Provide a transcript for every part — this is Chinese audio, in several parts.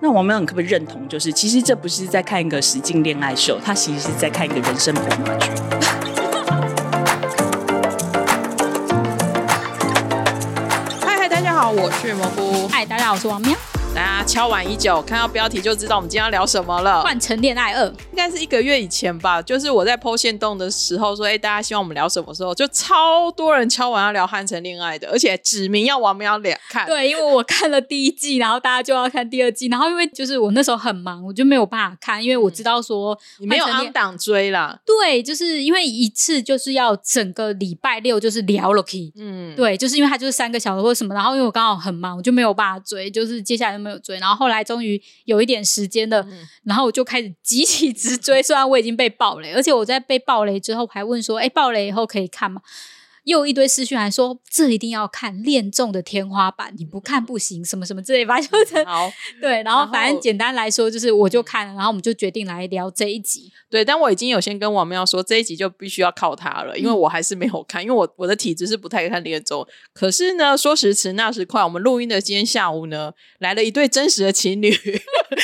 那王淼，你可不可以认同？就是其实这不是在看一个实境恋爱秀，它其实是在看一个人生普马剧。嗨嗨，大家好，我是蘑菇。嗨，大家好，我是王喵。大家敲碗已久，看到标题就知道我们今天要聊什么了。换成恋爱二，应该是一个月以前吧，就是我在剖线洞的时候说，哎、大家希望我们聊什么时候，就超多人敲碗要聊汉城恋爱的，而且指名要王喵聊看。对，因为我看了第一季，然后大家就要看第二季，然后因为就是我那时候很忙，我就没有办法看，因为我知道说嗯你没有换成恋 on 档追啦，对，就是因为一次就是要整个礼拜六就是聊 Loki，、嗯，对，就是因为它就是三个小时或什么，然后因为我刚好很忙，我就没有办法追，就是接下来就没有追，然后后来终于有一点时间了，嗯然后我就开始集体直追，虽然我已经被爆雷，而且我在被爆雷之后还问说，哎，爆雷以后可以看吗？又有一堆私讯还说这一定要看，恋中的天花板，你不看不行，什么什么之类，反正就是嗯好，对，然然后后嗯反正简单来说就是我就看了，然后我们就决定来聊这一集，对，但我已经有先跟王喵说这一集就必须要靠他了，因为嗯我还是没有看，因为我我的体质是不太看恋综。可是呢，说时迟那时快，我们录音的今天下午呢，来了一对真实的情侣，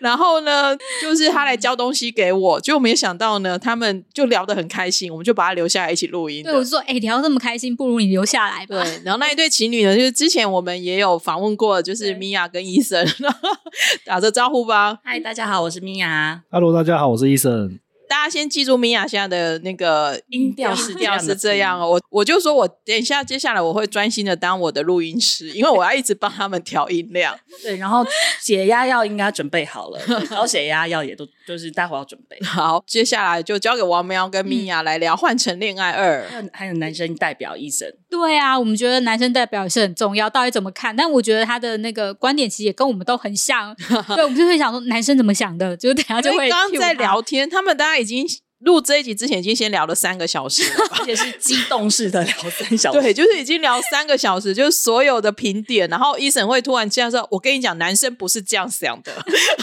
然后呢，就是他来交东西给我，就没想到呢，他们就聊得很开心，我们就把他留下来一起录音的。对，我就说，哎、聊这么开心，不如你留下来吧。对，然后那一对情侣呢，就是之前我们也有访问过，就是对米娅跟医生， 打着招呼吧。嗨，大家好，我是米娅， Hello，大家好，我是医生。大家先记住米娅现在的那个音调 是是这样是这样。哦，我我就说我等一下接下来我会专心的当我的录音师，因为我要一直帮他们调音量。 对，然后解压药应该准备好了，高血压药也都就是待会要准备。好，接下来就交给王喵跟米娅来聊《换成恋爱二》还有还有男生代表医生，对啊，我们觉得男生代表是很重要，到底怎么看？但我觉得他的那个观点其实也跟我们都很像， 对，我们就会想说男生怎么想的，就是等一下就因会为刚 cue 刚在他聊天，他们大家已经录这一集之前已经先聊了三个小时 了吧。而且是激动式的聊三小时。对，就是已经聊三个小时，就是所有的评点，然后医生会突然这样说：“我跟你讲，男生不是这样想的。”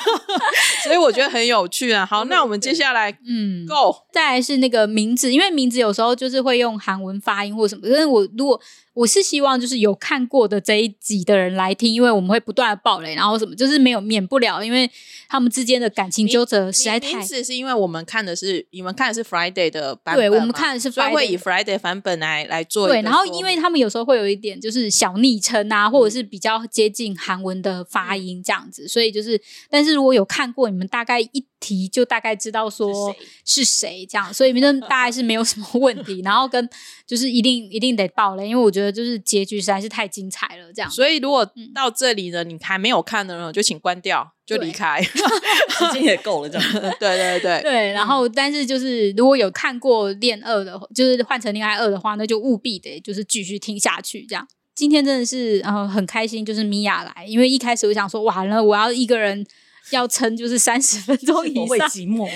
所以我觉得很有趣啊。好，那我们接下来嗯， Go。再来是那个名字，因为名字有时候就是会用韩文发音或什么。但是我如果我是希望就是有看过的这一集的人来听，因为我们会不断的爆雷，然后什么就是没有免不了，因为他们之间的感情纠葛实在名太名字是因为我们看的是你们看的是 Friday 的版本对，嘛，我们看的是所以 Friday 会以的 Friday 版本来来做一个对，说明。然后因为他们有时候会有一点就是小昵称啊，或者是比较接近韩文的发音这样子，所以就是，但是如果有看过，你们大概一提就大概知道说是谁这样，所以你们大概是没有 什么问题。然后跟就是一定一定得爆雷，因为我觉得就是结局实在是太精彩了，这样。所以如果嗯到这里呢，你还没有看的呢，就请关掉，就离开。 时间也够了，这样。对对对，对，然后但是就是如果有看过《恋二》的，就是换成《恋爱二》的话，那就务必得就是继续听下去这样。今天真的是呃很开心，就是米娅来，因为一开始我想说完了，我要一个人要撑就是三十分钟以我为上，寂寞，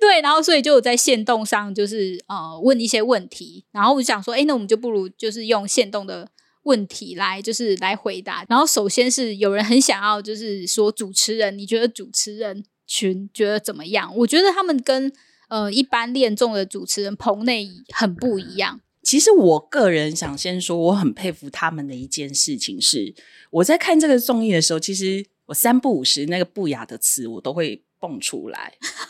对，然后所以就有在线动上就是呃问一些问题，然后我就想说，哎，那我们就不如就是用线动的问题来就是来回答。然后首先是有人很想要就是说主持人，你觉得主持人群觉得怎么样？我觉得他们跟呃一般恋综的主持人棚内很不一样，其实我个人想先说，我很佩服他们的一件事情是，我在看这个综艺的时候，其实我三不五时那个不雅的词我都会蹦出来，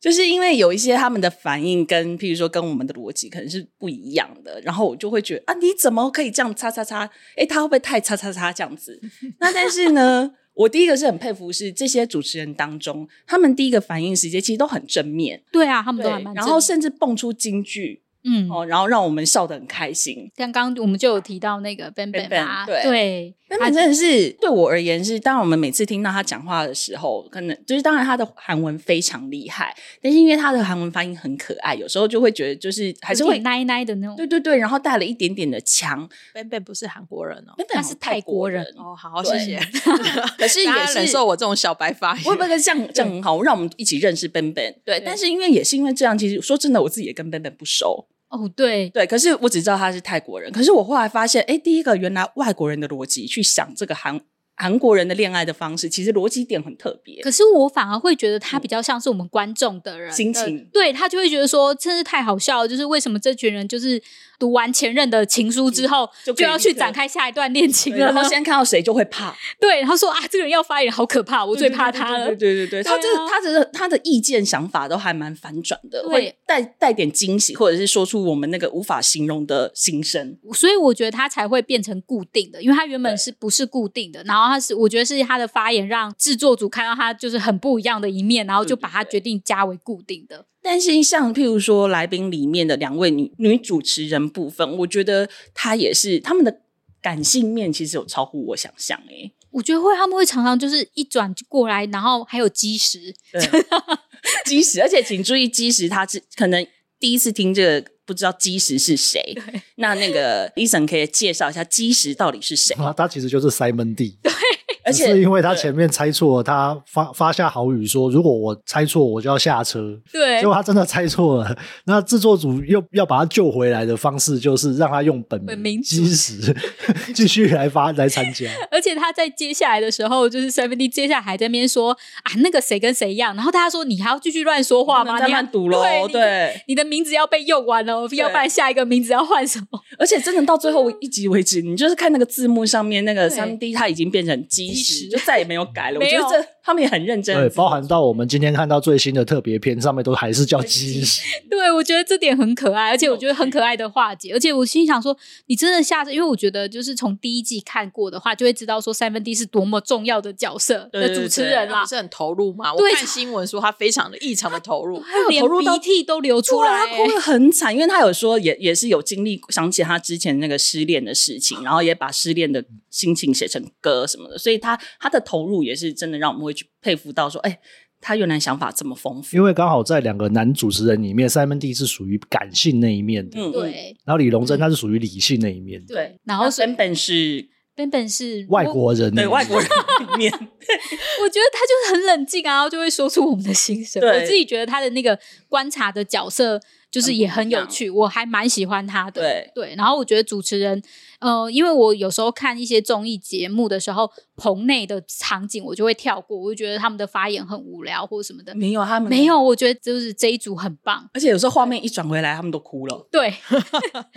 就是因为有一些他们的反应跟，譬如说跟我们的逻辑可能是不一样的，然后我就会觉得啊，你怎么可以这样叉叉叉？诶，他会不会太叉叉叉这样子？那但是呢，我第一个是很佩服是这些主持人当中，他们第一个反应时间其实都很正面，对啊，他们都还对蛮，然正后的甚至蹦出金句。嗯，哦，然后让我们笑得很开心。像刚刚我们就有提到那个 Ben Ben 嘛， Ben，对对，那本真的是对我而言是，当然我们每次听到他讲话的时候，可能就是当然他的韩文非常厉害，但是因为他的韩文发音很可爱，有时候就会觉得就是还是有点会奶奶的那种，对对对，然后带了一点点的腔， Ben Ben 不是韩国人哦。但他是泰国人哦，好，谢对谢。哦可是 大也家是忍受我这种小白发言我会不会这样这样很好，让我们一起认识 Ben Ben？对，对但是因为也是因为这样，其实说真的，我自己也跟 Ben Ben 不熟。哦，对，对，可是我只知道他是泰国人。可是我后来发现，哎，第一个原来外国人的逻辑去想这个韩韩国人的恋爱的方式，其实逻辑点很特别。可是我反而会觉得他比较像是我们观众的人嗯的呃心情对他就会觉得说，真是太好笑了，就是为什么这群人就是读完前任的情书之后，嗯就可就以要立刻去展开下一段恋情对了然呢后？先看到谁就会怕，对，然后说啊，这个人要发言好可怕，我最怕他了对。对对对对对，他这对啊他的他的意见想法都还蛮反转的，对会带带点惊喜，或者是说出我们那个无法形容的心声。所以我觉得他才会变成固定的，因为他原本是不是固定的，然后他是我觉得是他的发言让制作组看到他就是很不一样的一面，然后就把他决定加为固定的。但是像譬如说来宾里面的两位女女主持人部分，我觉得她也是他们的感性面其实有超乎我想象诶、我觉得会他们会常常就是一转就过来，然后还有基石，对，基石，而且请注意基石，他是可能第一次听这个不知道基石是谁，那那个 Eason 可以介绍一下基石到底是谁，啊，他其实就是 Simon D，而只是且因为他前面猜错了，他发发下豪语说，如果我猜错，我就要下车。对结果他真的猜错了， 那制作组又要把他救回来的方式，就是让他用本本名基石 继续来发来参加。而且他在接下来的时候，就是 Seventy 接下来还在那边说啊，那个谁跟谁一样，然后大家说你还要继续乱说话不吗？能再你要乱赌喽，对，你对，你的名字要被用完了，要不然下一个名字要换什 么？而且真的到最后一集为止，你就是看那个字幕上面那个对三 D，它已经变成基基石，石就再也没有改 了。我没觉有得这他们也很认真对，包含到我们今天看到最新的特别片上面都还是叫基石。对，我觉得这点很可爱，而且我觉得很可爱的化解。而且我心想说，你真的下次，因为我觉得就是从第一季看过的话，就会知道说 Seventy 是多么重要的角色对对的对主持人他啦不。是很投入吗？我对看新闻说他非常的异常的投 入，他连投入到鼻涕都流出对来、欸啊，他哭得很惨，因为他有说也也是有经历，想起他之前那个失恋的事情，然后也把失恋的心情写成歌什么的，所以他他的投入也是真的让我们会去佩服到说，哎、他原来想法这么丰富。因为刚好在两个男主持人里面，Simon D 是属于感性那一面的，嗯，嗯，对然后李荣珍他是属于理性那一面的，对。然然后后所以沈本是本本是外，国人那对一面外国人里面，我我觉得他就是很冷静啊，然后就会说出我们的心声。对我自己觉得他的那个观察的角色就是也很有趣，我还蛮喜欢他 的。对对，然后我觉得主持人，呃，因为我有时候看一些综艺节目的时候，棚内的场景我就会跳过，我就觉得他们的发言很无聊或什么的。没有啊他们没，有，我觉得就是这一组很棒。而且有时候画面一转回来，他们都哭了，对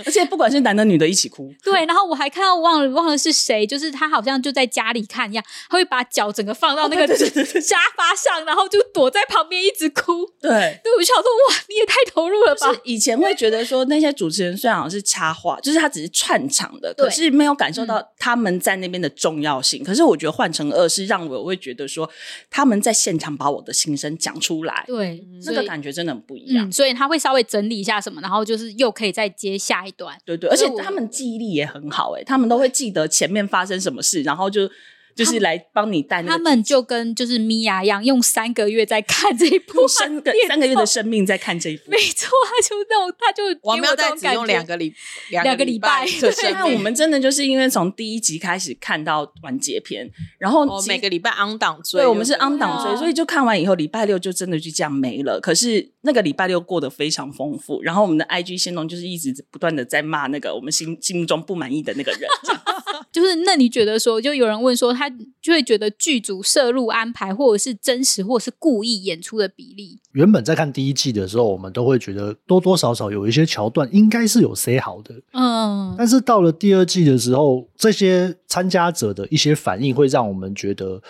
而且不管是男的女的一起哭。对，然后我还看到忘了忘了是谁，就是他好像就在家里看一样，他会把脚整个放哦到那个沙发上，然后就躲在旁边一直哭。对，对，我就想说，哇，你也太投入 了就是吧？以前会觉得说那些主持人虽然好像是插话，就是他只是串场的，对嗯可是没有感受到他们在那边的重要性。可是我觉得换成二是让我会觉得说他们在现场把我的心声讲出来，对，嗯那所个以感觉真的很不一样。嗯，所以他会稍微整理一下什么，然后就是又可以再接下一段。对对，而且所以我他们记忆力也很好、欸，他们都会记得前面发生什么事，然后就就是来帮你带那他个。们就跟就是米娅一样，用三个月在看这一部 用啊三个恋三个月综的生命在看这一部没，错，他就那种，他就给我们要这再种只感用觉两个礼两个个礼拜拜的 生那我命。们真的就是因为从第一集开始看到完结篇，然后哦，其每个礼拜 on 档追，对，我们是 on 档啊追，所以就看完以后，礼拜六就真的就这样没了。可是那个礼拜六过得非常丰富，然后我们的 IG 先动就是一直不断的在骂那个我们心心目中不满意的那个人，这样就是那你觉得说，就有人问说，他就会觉得剧组摄入安排，或者是真实，或者是故意演出的比例，原本在看第一季的时候，我们都会觉得多多少少有一些桥段应该是有塞好的，嗯，但是到了第二季的时候，这些参加者的一些反应会让我们觉得，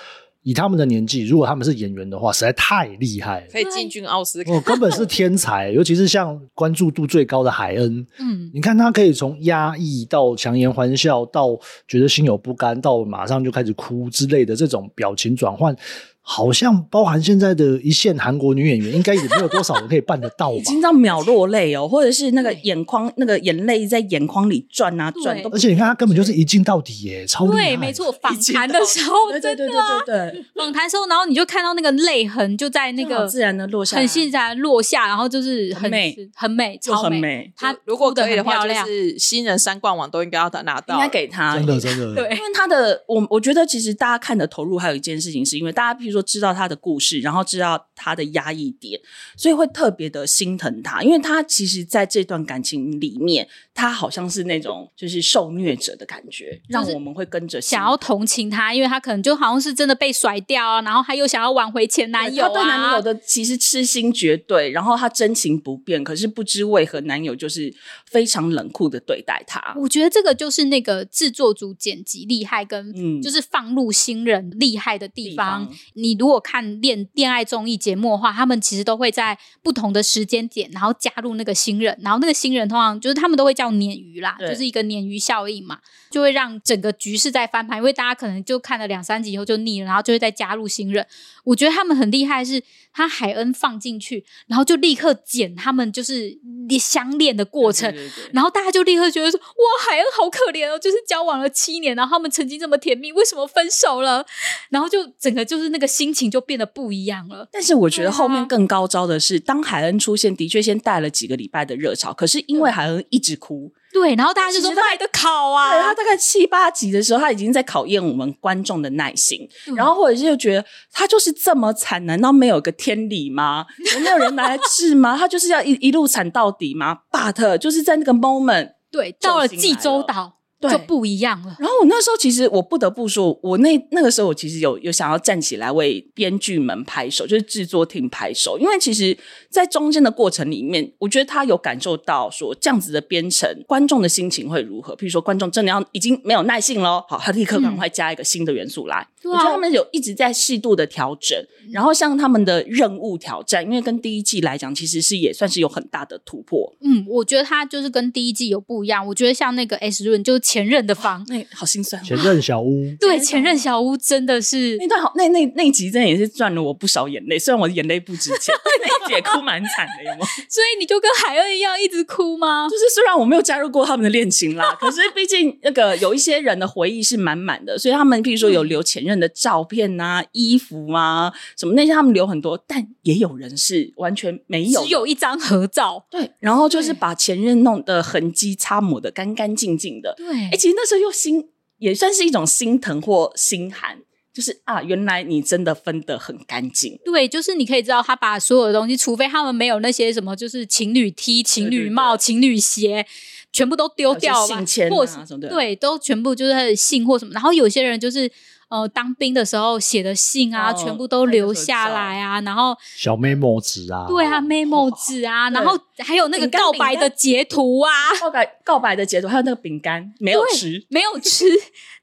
以他们的年纪，如果他们是演员的话，实在太厉害了可。以进军奥斯卡。 哦，根本是天才，尤其是像关注度最高的海恩，嗯，你看他可以从压抑到强颜欢笑，到觉得心有不甘，到马上就开始哭之类的这种表情转换，好像包含现在的一线韩国女演员，应该也没有多少人可以办得 到已经吧。到秒落泪哦，或者是那个对眼眶那个眼泪在眼眶里转啊转 对都不而且你看，他根本就是一镜到底耶，超厉害。对，没错，访谈的时候，对对真对的对对 对，访谈的时候，然后你就看到那个泪痕就在那就好个自然的落下来，很自然落下，然后就是很很美，很美，就超很。美，他如果哭得可以的很话，就漂嗯亮是新人三冠王都应该要拿到，应该给他真的真的，对因为他的我我觉得其实大家看的投入，还有一件事情，是因为大家譬如如说知道她的故事，然后知道她的压抑点，所以会特别的心疼她，因为她其实在这段感情里面，她好像是那种就是受虐者的感觉，让我们会跟着心想要同情他，因为他可能就好像是真的被甩掉啊，然后他又想要挽回前男友她对男友啊，的其实痴心绝对，然后她真情不变，可是不知为何男友就是非常冷酷的对待她。我觉得这个就是那个制作组剪辑厉害跟嗯就是放入新人厉害的地地方方。你如果看恋恋爱综艺节目的话，他们其实都会在不同的时间点，然后加入那个新人，然后那个新人通常就是他们都会叫鲶鱼啦，对就是一个鲶鱼效应嘛，就会让整个局势在翻盘，因为大家可能就看了两三集以后就腻了，然后就会再加入新人。我觉得他们很厉害是，他海恩放进去，然后就立刻剪他们就是相恋的过程，对对对对然后大家就立刻觉得说：“哇，海恩好可怜哦，就是交往了七年，然后他们曾经这么甜蜜，为什么分手了？”然后就整个就是那个心情就变得不一样了。但是我觉得后对啊面更高招的是，当海恩出现，的确先带了几个礼拜的热潮，可是因为海恩一直哭，对，然后大家就说其实他卖的烤对他啊，大概七八集的时候，他已经在考验我们观众的耐心，嗯然后或者是就觉得他就是这么惨，难道没有个天理吗？有没有人拿来治吗？他就是要一一路惨到底吗？But 就是在那个 moment。对，到了济州救星来岛对就不一样了。然后我那时候其实我不得不说，我那那个时候我其实有有想要站起来为编剧们拍手，就是制作厅拍手，因为其实，在中间的过程里面，我觉得他有感受到说这样子的编程，观众的心情会如何。譬如说，观众真的要已经没有耐性喽，好，他立刻赶快加一个新的元素来。对我觉得啊他，们有一直在适度的调整，然后像他们的任务挑战，因为跟第一季来讲，其实是也算是有很大的突破。嗯，我觉得他就是跟第一季有不一样。我觉得像那个 S 润就是前任的房，那、好心酸哦，前任小屋，对，前任嗯小屋真的是那段好，那那那一集真的也是赚了我不少眼泪，虽然我的眼泪不值钱，但 那一集也哭蛮惨的，有吗？所以你就跟海恩一样一直哭吗 就？是虽然我没有加入过他们的恋情啦，可是毕竟那个有一些人的回忆是满满的，所以他们譬如说有留前任的照片啊、衣服啊什么那些，他们留很多，但也有人是完全没有的只有一张合照，对，然后就是对把前任弄的痕迹擦抹的干干净净的。对哎、，其实那时候又心也算是一种心疼或心寒，就是啊，原来你真的分得很干净。对，就是你可以知道他把所有的东西，除非他们没有那些什么，就是情侣 T、情对侣对帽、情侣鞋，全部都丢有些掉吧，信签或啊是什么的对，都全部就是他的信或什么。然后有些人就是呃，当兵的时候写的信啊，哦全部都拍的留合下照来啊。然后小 memo 纸啊，对啊，memo 纸啊，然哦对后还有那个饼干告饼白的干截图啊，告白告白的截图，还有那个饼干没有对吃，没有吃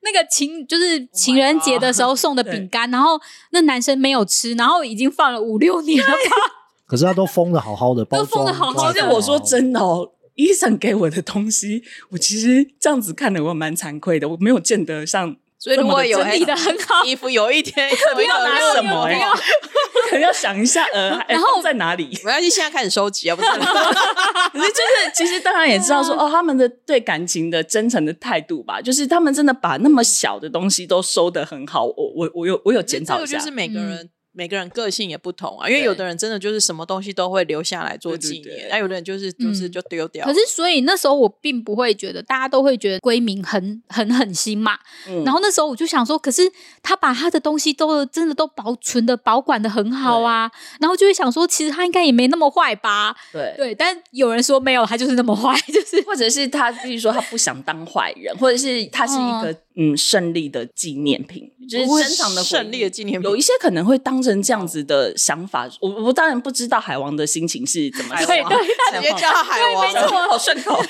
那个情，就是情人节的时候送的 Oh 对饼干，然后那男生没有吃，然后已经放了五六年了吧。可是他都封的好好的，包都封装得好好其的实我说，真的哦，医生给我的东西，我其实这样子看了，我蛮惭愧的，我没有见得像。所以如果有这么整理得很好衣服，有一天不不要拿什么、不欸，哎要 可能要想一下，呃，然后在哪 里？ 没关系，现在开始收集啊，不是？可是就是，其实当然也知道说，哦，他们的对感情的真诚的态度吧，就是他们真的把那么小的东西都收得很好。我我我有我有检讨这一个下，就是每个嗯人、每个人个性也不同啊，因为对有的人真的就是什么东西都会留下来做纪对对念，对那有的人就是就是嗯就丢掉。可是，所以那时候我并不会觉得，大家都会觉得闺蜜很很狠心嘛。嗯然后那时候我就想说，可是他把他的东西都真的都保存的保管的很好啊，然后就会想说，其实他应该也没那么坏吧？对对，但有人说没有，他就是那么坏，就是或者是他，比如说他不想当坏人，或者是他是一个嗯胜利的纪念品，就是我身上的回忆胜利的纪念品有一些可能会当成这样子的想法，我我当然不知道海王的心情是怎么海想，王对直接叫他海没王，错，好顺口。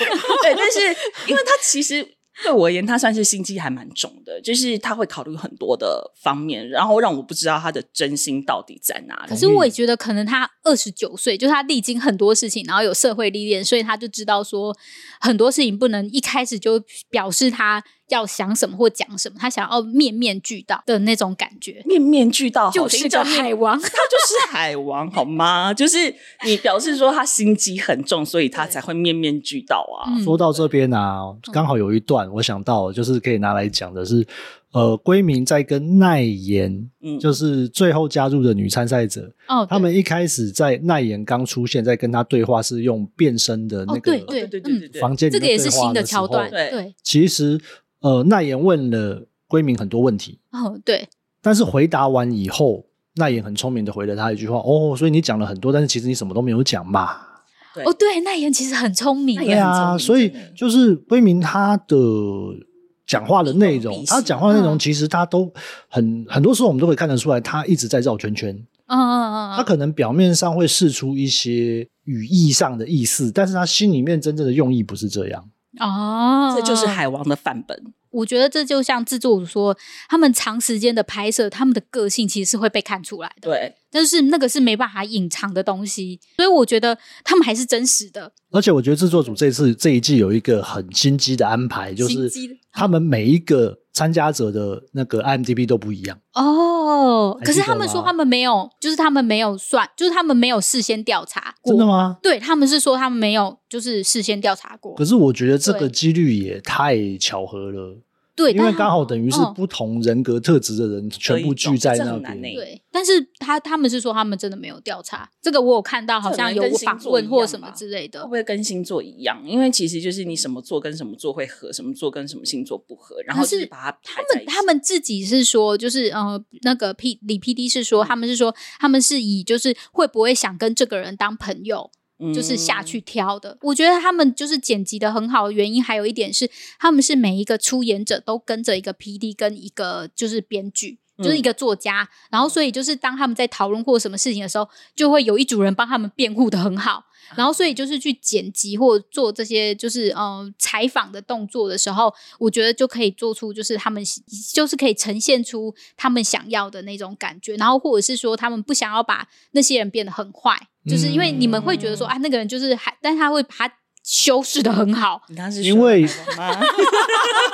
对，但是因为他其实对我而言，他算是心机还蛮重的，就是他会考虑很多的方面，然后让我不知道他的真心到底在哪里可。是我也觉得，可能他二十九岁，就是他历经很多事情，然后有社会历练，所以他就知道说很多事情不能一开始就表示他要想什么或讲什么，他想要面面俱到的那种感觉。面面俱到，就好听是个叫面海王，他就是海王，好吗？就是你表示说他心机很重，所以他才会面面俱到啊。嗯说到这边啊，刚好有一段我想到，就是可以拿来讲的是，呃，闺明在跟奈妍，嗯，就是最后加入的女参赛者，哦，他们一开始在奈妍刚出现，在跟她对话是用变身的那哦对个对对对嗯对对，房间里这面个也是对话新的时桥段，候对对，其实，呃，奈妍问了闺明很多问题，哦，对，但是回答完以后，那也很聪明的回了他一句话：“哦，所以你讲了很多，但是其实你什么都没有讲嘛。”对哦，对，那言其实很聪明欸那，也对很聪啊，明所以真的就是龟明他的讲话的内容笔，他试讲话的内容嗯其实他都很很多时候我们都可以看得出来，他一直在绕圈圈。嗯嗯嗯他嗯，可能表面上会试出一些语义上的意思，但是他心里面真正的用意不是这样。哦，这就是海王的范本。我觉得这就像制作组说，他们长时间的拍摄，他们的个性其实是会被看出来的，对，但是那个是没办法隐藏的东西，所以我觉得他们还是真实的。而且我觉得制作组这次这一季有一个很心机的安排，就心是机的他们每一个参加者的那个 IMDB 都不一样。哦，还可是记他得们说吗他们没有，就是他们没有算，就是他们没有事先调查过。真的？吗？对他们是说他们没有，就是事先调查过可。是我觉得这个对几率也太巧合了，对，因为但他刚好等于是嗯不同人格特质的人全部聚在这那很难边欸。对，但是他他们是说他们真的没有调查，这个我有看到，好像有这可能跟星访座问一或样什么吧之类会的不。会跟星座一样？因为其实就是你什么座跟什么座会合，什么座跟什么星座不合，然后就是是把它排他在一们起他们自己是说，就是呃，那个 P 李 P D 是嗯说，他们是说他们是以就是会不会想跟这个人当朋友，嗯就是下去挑的。我觉得他们就是剪辑的很好的原因，还有一点是他们是每一个出演者都跟着一个 P D 跟一个就是编剧。就是嗯一个作家，然后所以就是当他们在讨论或什么事情的时候，就会有一组人帮他们辩护的很好，然后所以就是去剪辑或做这些就是呃采访的动作的时候，我觉得就可以做出就是他们喜就是可以呈现出他们想要的那种感觉，然后或者是说他们不想要把那些人变得很坏，就是因为你们会觉得说嗯啊那个人就是还，但他会把他修饰的很好，你刚刚是因为说什么吗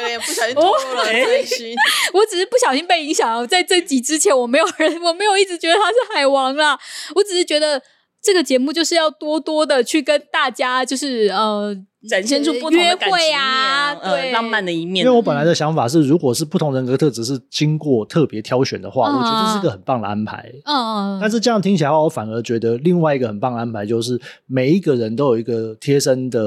有点不小心透露了真心。我只是不小心被影响了。在这集之前，我没有人，我没有一直觉得他是海王啦，我只是觉得这个节目就是要多多的去跟大家就是呃展现出不同的感 约会情啊面呃对浪漫的一面因为。我本来的想法是，如果是不同人格特质是经过特别挑选的话，嗯我觉得这是一个很棒的安排。嗯，但是这样听起来的话，我反而觉得另外一个很棒的安排就是，每一个人都有一个贴身的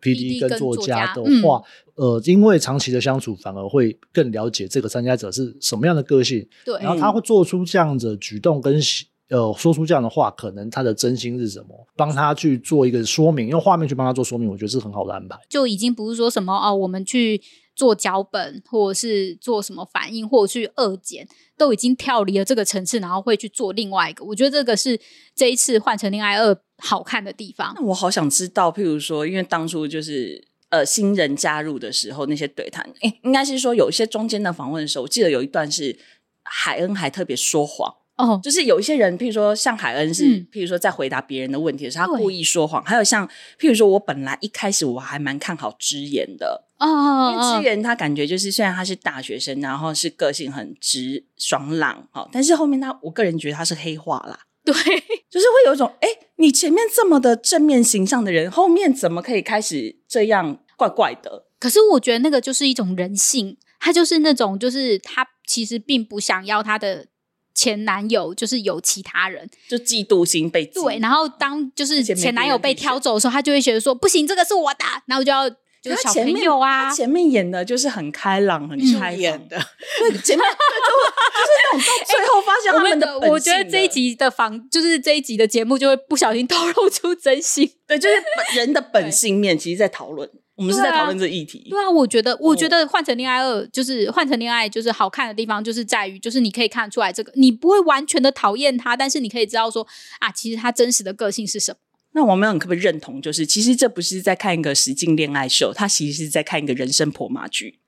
P D PD 跟跟作作家家的嗯话，呃，因为长期的相处，反而会更了解这个参加者是什么样的个性，对，然后他会做出这样的举动跟行呃说出这样的话，可能他的真心是什么，帮他去做一个说明，用画面去帮他做说明，我觉得是很好的安排。就已经不是说什么哦，我们去做脚本，或者是做什么反应，或者去二检，都已经跳离了这个层次，然后会去做另外一个。我觉得这个是这一次《换成恋爱二》好看的地方那。我好想知道，譬如说，因为当初就是呃新人加入的时候，那些对谈，诶，应该是说有一些中间的访问的时候，我记得有一段是海恩还特别说谎。哦，就是有一些人，譬如说像海恩是，嗯譬如说在回答别人的问题的时候，他对故意说谎；还有像譬如说，我本来一开始我还蛮看好之言的，哦因为哦之哦，言他感觉就是虽然他是大学生，然后是个性很直爽朗，好、但是后面他我个人觉得他是黑化啦，对， 就是会有一种哎，诶你前面这么的正面形象的人，后面怎么可以开始这样怪怪的？可是我觉得那个就是一种人性，他就是那种，就是他其实并不想要他的前男友就是有其他人，就嫉妒心被激对。然后当就是而且没前男别友人被可以挑走的时候，他就会觉得说不行，这个是我的，然后就要就是他小前朋面友啊他，前面演的就是很开朗、很嗯开演放的，对，前面对就会就是那种到最后发现我他们的本性我觉得这一的集的房就是这一集的节目就会不小心透露出真心。 对，就是本人的本性面，其实在讨论，我们是对在啊讨论这议题。对啊，我觉得，我觉哦得《换成恋爱二》就是《换成恋爱》就是好看的地方，就是在于就是你可以看出来这个，你不会完全的讨厌他，但是你可以知道说啊，其实他真实的个性是什么。那王淼，你可不可以认同？就是其实这不是在看一个实境恋爱秀，他其实是在看一个人生婆妈剧。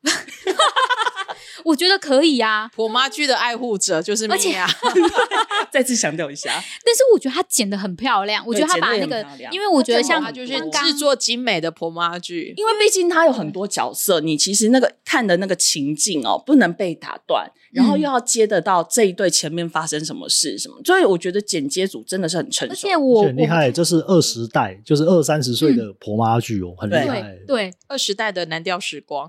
我觉得可以啊，婆妈剧的爱护者就是啊而且米娅，再次强调一下，但是我觉得他剪的很漂亮，我觉对得剪得他把也那很个漂，亮因为 我觉得他剪像得她就是很刚制作精美的婆妈剧。因为毕竟他有很多角色，你其实那个看的那个情境哦，不能被打断，然后嗯又要接得到这一对前面发生什么事什么，所以我觉得剪接组真的是很成而熟且。我而且很厉我嗯害，这是二十代，就是二三十岁的婆妈剧哦，很厉对害对。对，二十代的蓝调时光，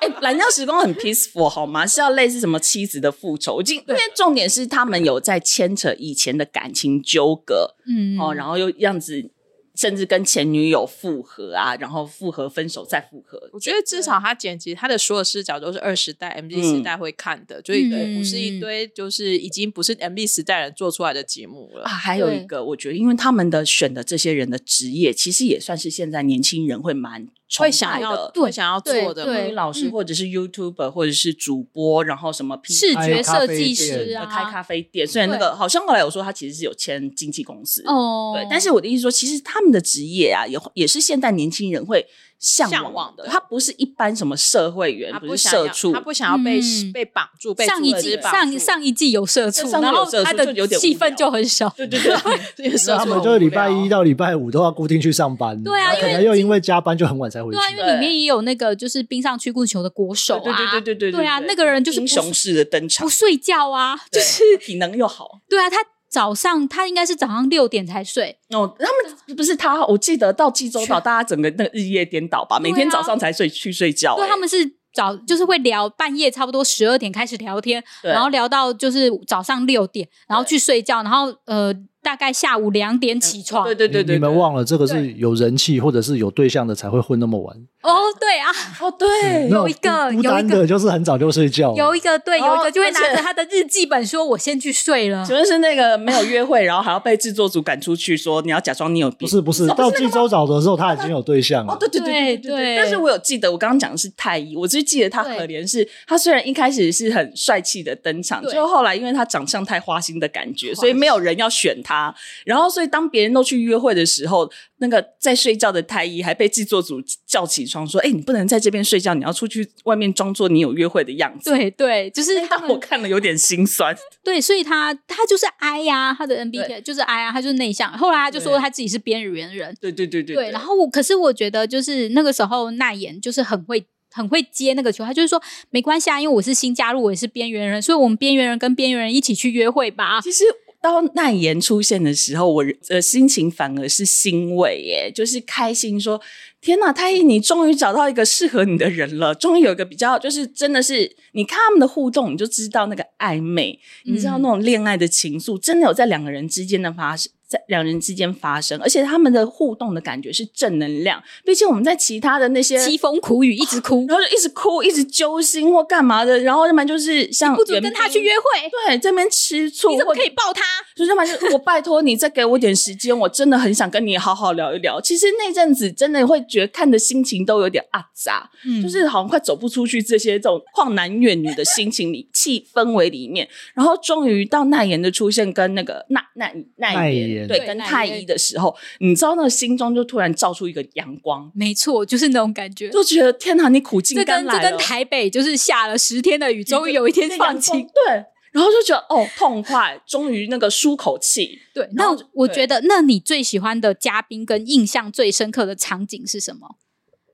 哎，蓝调时光很 peaceful 好吗？是要类似什么妻子的复仇？已经因为重点是他们有在牵扯以前的感情纠葛嗯，哦，然后又样子甚至跟前女友复合啊，然后复合、分手再复合。我觉得嗯至少他剪辑他的所有视角都是二十代 M Z 时代会看的，所以嗯不是一堆就是已经不是 M Z 时代人做出来的节目了啊，。还有一对个，我觉得，因为他们的选的这些人的职业，其实也算是现在年轻人会蛮崇会想拜要的，对会想要做的对英嘛语老师嗯或者是 YouTuber 或者是主播，然后什么 P 视开觉咖设啡计店师啊，开咖啡店，虽然那个好像后来有说他其实是有签经纪公司，哦，对，但是我的意思说，其实他们的职业啊，也也是现代年轻人会向向往往的，的他不是一般什么社会员，他是想要社畜，他不想要被、嗯被绑住，被上一组织季绑上住上一季有社畜，上一季有然后社畜他的就有点无戏份聊就很少。对对对，这个社他畜们很就是无礼拜聊 一到礼拜五都要固定去上班，对啊然后因可为能又因为加班就很晚才回去对啊，。因为里对面也有那个就是冰上曲棍球的国手对啊，对对对对对啊那个人就是英不雄式的登场不，睡觉啊，对就是体能又好。对啊，他早上他应该是早上六点才睡，哦，他们不是他，我记得到济州岛，是大家整个那个日夜颠倒吧，每天早上才睡去睡觉、啊对，欸他们是早就是会聊半夜差不多十二点开始聊天，对然后聊到就是早上六点，然后对嗯去睡觉，然后呃大概下午两点起床。对对对对，你们对忘了这个是对有人气或者是有对象的才会混那么晚，哦，对啊，哦，对嗯那，种有一个孤孤单有一的就是很早就睡觉，有一个对，有一哦个就会拿而且着他的日记本说：“我先去睡了。请问是那个没有约会，然后还要被制作组赶出去，说你要假装你有不病。是不是，到济州岛的时候他已经有对象哦了，，对对对对对对，对但是我有记得，我刚刚讲的是太医，我只是记得他对可怜是，他虽然一开始是很帅气的登场，对最后后来因为他长相太花心的感觉，花所以没有人要选他。然后所以当别人都去约会的时候，那个在睡觉的太医还被制作组叫起床说：“哎、你不能在这边睡觉，你要出去外面装作你有约会的样”子。哎对对，就是他让我们看了有点心酸。对，所以他他就是 I 呀、他的 MBTI 就是 I 啊呀、他就是内向。后来他就说对他自己是边缘人，对对对对对，然后我可是我觉得就是那个时候奈妍就是很会很会接那个球，她就是说没关系啊，因为我是新加入，我也是边缘人，所以我们边缘人跟边缘人一起去约会吧。其实当奈妍出现的时候，我呃心情反而是欣慰耶，就是开心说：天哪，太一，你终于找到一个适合你的人了，终于有一个比较，就是真的是你看他们的互动，你就知道那个暧昧，你知道嗯那种恋爱的情愫，真的有在两个人之间的发生。在两人之间发生，而且他们的互动的感觉是正能量。毕竟我们在其他的那些凄风苦雨，一 直哭，然后就一直哭，一直揪心或干嘛的，然后要么就是像不准袁跟他去冰约 会，对这边吃醋，你怎么或可以抱他？就是反正我拜托你再给我点时间，我真的很想跟你好好聊一聊。其实那阵子真的会觉得看的心情都有点阿杂，嗯就是好像快走不出去这些这种旷男怨女的心情里、气氛围里面。然后终于到奈妍的出现跟那个奈奈奈奈妍妍对对跟奈太妍医的时候，你知道那个心中就突然照出一个阳光，没错，就是那种感觉。就觉得天哪，你苦尽这甘跟来了。这跟台北就是下了十天的雨，终于有一天放那阳晴光。对。然后就觉得哦，痛快，终于那个舒口气。对，然那后就我对觉得，那你最喜欢的嘉宾跟印象最深刻的场景是什么？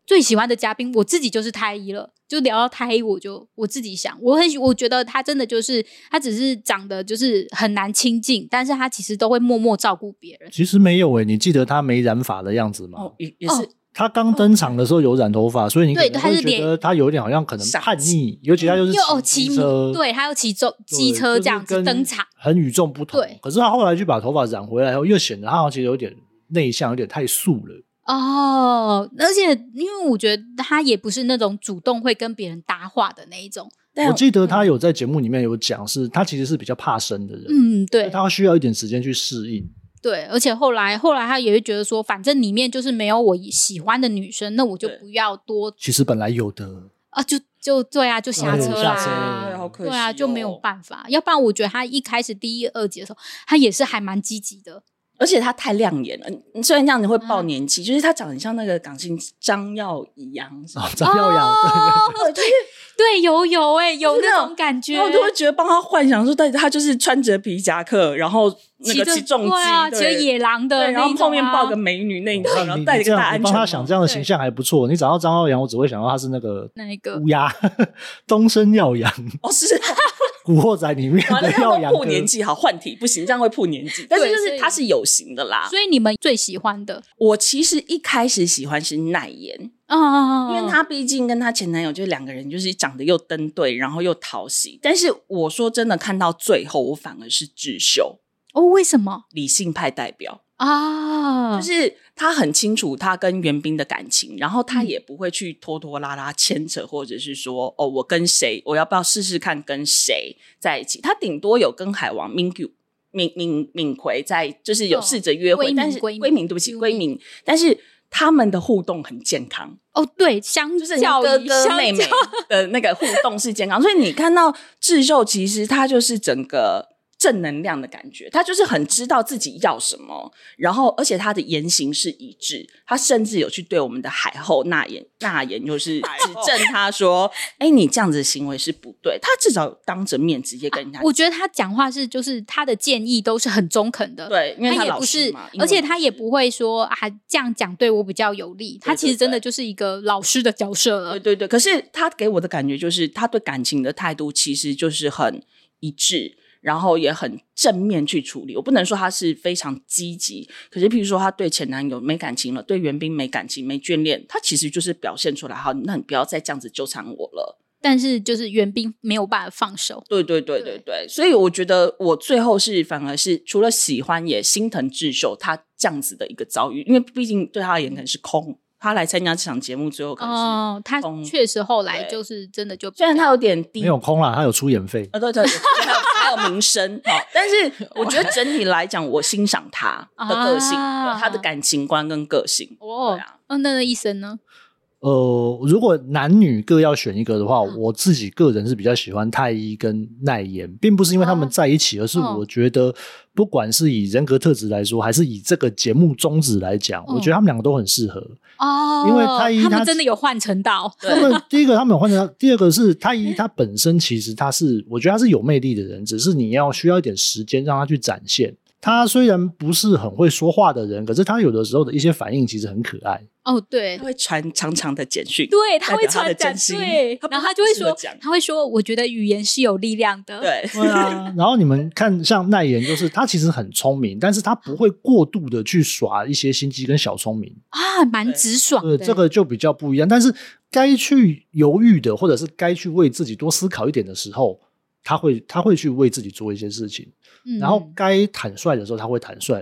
最喜欢的嘉宾，我自己就是太一了。就聊到太一，我就我自己想，我很喜我觉得他真的就是他只是长得就是很难亲近，但是他其实都会默默照顾别人。其实没有欸诶，你记得他没染发的样子吗哦？，也也是哦他刚登场的时候有染头发，所以你可对能他会是觉脸得他有一点好像可能傻叛逆，尤其他就是又哦骑骑机车，对，他又骑走对机车就是这样子跟登场。很与众不同。对可是他后来去把头发染回来后，又显得他好像其实有点内向，有点太素了。哦，而且因为我觉得他也不是那种主动会跟别人搭话的那一种。但我记嗯得他有在节目里面有讲，是他其实是比较怕生的人，嗯，对，他需要一点时间去适应。对，而且后来后来他也会觉得说，反正里面就是没有我喜欢的女生，那我就对不要多其实本来有的， 啊，就就对啊，就下哎呦车下啦，车了对好可惜对啊，就没有哦办法。要不然我觉得他一开始第一二集的时候，他也是还蛮积极 的，而且她太亮眼了，嗯虽然这样子会爆嗯年纪，就是她长得像那个港星张耀扬，啊，张耀扬，哦 对，有有哎、有哦就是那那种种感觉，然后我就会觉得帮她幻想说，到底她就是穿着皮夹克，然后那个骑着起重机对，啊，骑着野狼的那对，一然后后种啊，面抱个美女 那一套，然你后你戴了一这个大样，安全你帮帽。他想这样的对形象还不错。你找到张耀扬，我只会想到他是那个那一个乌鸦 东升耀扬，《哦，是啊古惑仔》里面完了的这耀样扬会破哥。年纪，好换题不行，这样会破年纪。但是对就所是以她是有型的啦。所以你们最喜欢的我其实一开始喜欢是奈妍，啊，因为她毕竟跟她前男友就两个人，就是长得又登对，然后又讨喜。但是我说真的，看到最后，我反而是智秀哦，为什么理性派代表。啊，就是他很清楚他跟袁冰的感情，然后他也不会去拖拖拉拉牵扯，或者是说哦，我跟谁，我要不要试试看跟谁在一起？他顶多有跟海王敏규。敏敏敏奎在就是有试着约哦会，闺但蜜是闺蜜闺蜜对不起闺蜜，但是他们的互动很健康，哦，对，相就是你较哥于哥相妹妹较的那个互动是健康，所以你看到智秀其实他就是整个正能量的感觉，他就是很知道自己要什么，然后而且他的言行是一致，他甚至有去对我们的海后那言那言就是指正他说，哎、你这样子的行为是不对，他至少当着面直接跟人家、啊我觉得他讲话是，就是他的建议都是很中肯的，，对，因为他也老不师是嘛，，而且他他也不会说啊这样讲对我比较有利，他对其实真的对就是一个老师的角色了对，对对，可是他给我的感觉就是，他对感情的态度其实就是很一致，然后也很正面去处理。我不能说他是非常积极，可是譬如说他对前男友没感情了，对袁冰没感情、没眷恋，他其实就是表现出来，好，那你不要再这样子纠缠我了。但是就是袁冰没有办法放手，对对对对对，所以我觉得我最后是反而是除了喜欢，也心疼智秀他这样子的一个遭遇，因为毕竟对他而言可能是空，他来参加这场节目最后可能是，哦，他嗯确实后来对就是真的就比虽然他较有点低没有空啦，他有出演费。啊，对对，对还有还有名声 哈、哦但是我觉得整体来讲，我欣赏他的个性、啊对他的感情观跟个性。哦对啊，嗯，那那医生呢？呃，如果男女各要选一个的话，嗯我自己个人是比较喜欢太一跟奈妍，并不是因为他哦们在一起，而是嗯我觉得不管是以人格特质来说，还是以这个节目宗旨来讲，嗯我觉得他们两个都很适合。哦，因为太医他们他真的有换成到，他们 第一个他们有换成，第二个是太嗯一他本身其实他是，我觉得他是有魅力的人，只是你要需要一点时间让他去展现。他虽然不是很会说话的人，可是他有的时候的一些反应其实很可爱。哦，对他。会传长长的简讯，对，他代会表他传的达，真心对，他不然后他就会适合说讲，他会说，我觉得语言是有力量的，，对， 对啊，然后你们看，像奈妍，就是她其实很聪明，但是她不会过度的去耍一些心机跟小聪明，啊，蛮对直爽哦对，的，这个就比较不一样。但是该去犹豫的，或者是该去为自己多思考一点的时候，她会她会去为自己做一些事情，嗯，然后该坦率的时候，她会坦率。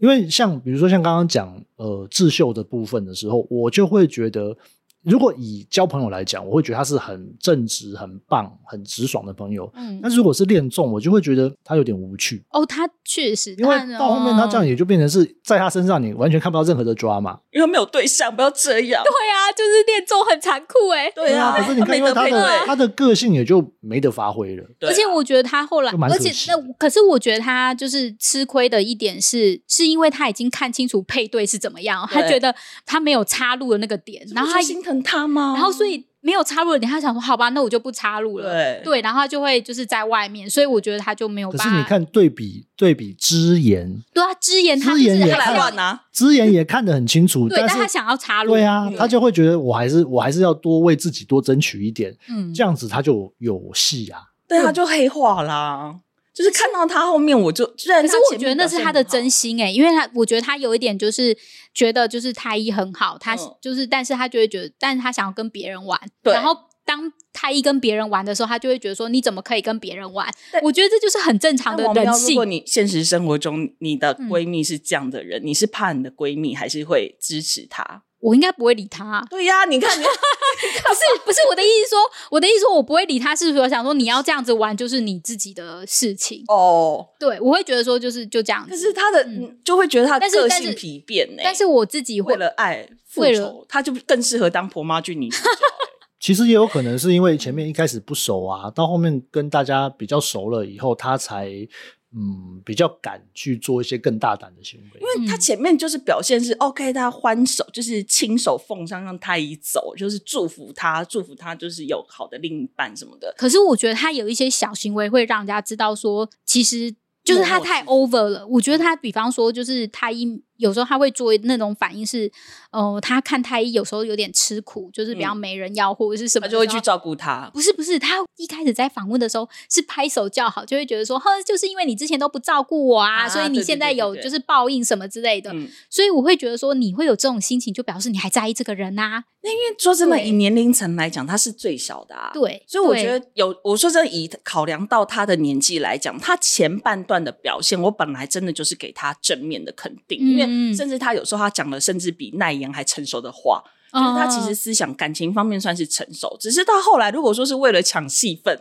因为像比如说像刚刚讲呃智秀的部分的时候，我就会觉得，如果以交朋友来讲，我会觉得他是很正直、很棒、很直爽的朋友。嗯，但是如果是恋综，我就会觉得他有点无趣，哦，他确实，因为但到后面他这样哦也就变成是在他身上你完全看不到任何的 drama。因为没有对象，不要这样。对啊，就是恋综很残酷哎、对啊，可是你看，没因为得他配的对，他的个性也就没得发挥了。对啊而且我觉得他后来就蛮，可而惜且那可是我觉得他就是吃亏的一点是，是因为他已经看清楚配对是怎么样，他对觉得他没有插入的那个点，然后他他心疼他吗？然后所以没有插入的点，他想说好吧，那我就不插入了。对，然后他就会就是在外面，所以我觉得他就没有可办是法。你，看对比对比之 言，对啊，之言他之就言是也他来还是要乱啊，之言也看得很清楚，对，但他是想要插入，嗯对啊，对他就会觉得我还是我还是要多为自己多争取一点，嗯，这样子他就有戏啊。对，他就黑化啦。就是看到他后面，我就虽然可他是我前面觉得那是他的真表心哎、因为他我觉得他有一点就是觉得就是太医很好，他嗯就是，但是他就会觉得，但是他想要跟别人玩，对然后。当太医跟别人玩的时候，他就会觉得说：“你怎么可以跟别人玩对？”我觉得这就是很正常现的很好，那王人彪如性果。你现实生活中你的嗯闺蜜是这样的人，你是怕你的闺蜜还是会支持她？我应该不会理 他，对呀、你看你。不是不是我的意思说，我的意思说我不会理他，是说想说你要这样子玩就是你自己的事情哦，对，我会觉得说就是就这样子。可是他的、嗯就会觉得他但是个但性是疲变呢、但是我自己会为了爱复为了仇，他就更适合当婆妈剧女主角。其实也有可能是因为前面一开始不熟啊，到后面跟大家比较熟了以后，他才嗯比较敢去做一些更大胆的行为。因为因嗯为他前面就是表现是 OK，他欢手就是亲手奉上让太医走，就是祝福他，祝福他就是有好的另一半什么的。可是我觉得他有一些小行为会嗯让人家知道说，其实就是他太 over 了。我觉得他，比方说，就是太医有时候他会做那种反应是，呃，他看太医有时候有点吃苦，就是比较嗯没人要或者是什他么的时就候，会去照顾他。不是不是，他一开始在访问的时候是拍手叫好，就会觉得说，呵，就是因为你之前都不照顾我啊，啊所以你对对现在对对有对就是报应什么之类的。嗯，所以我会觉得说，你会有这种心情，就表示你还在意这个人啊呐、那因为说真的，对以年龄层来讲，他是最小的啊。。对，所以我对觉得有，我说真的，以考量到他的年纪来讲，他前半段的表现，我本来真的就是给他正面的肯定，因嗯为甚至他有时候他讲的甚至比耐言还成熟的话，就是他其实嗯思想感情方面算是成熟，只是到后来如果说是为了抢戏份，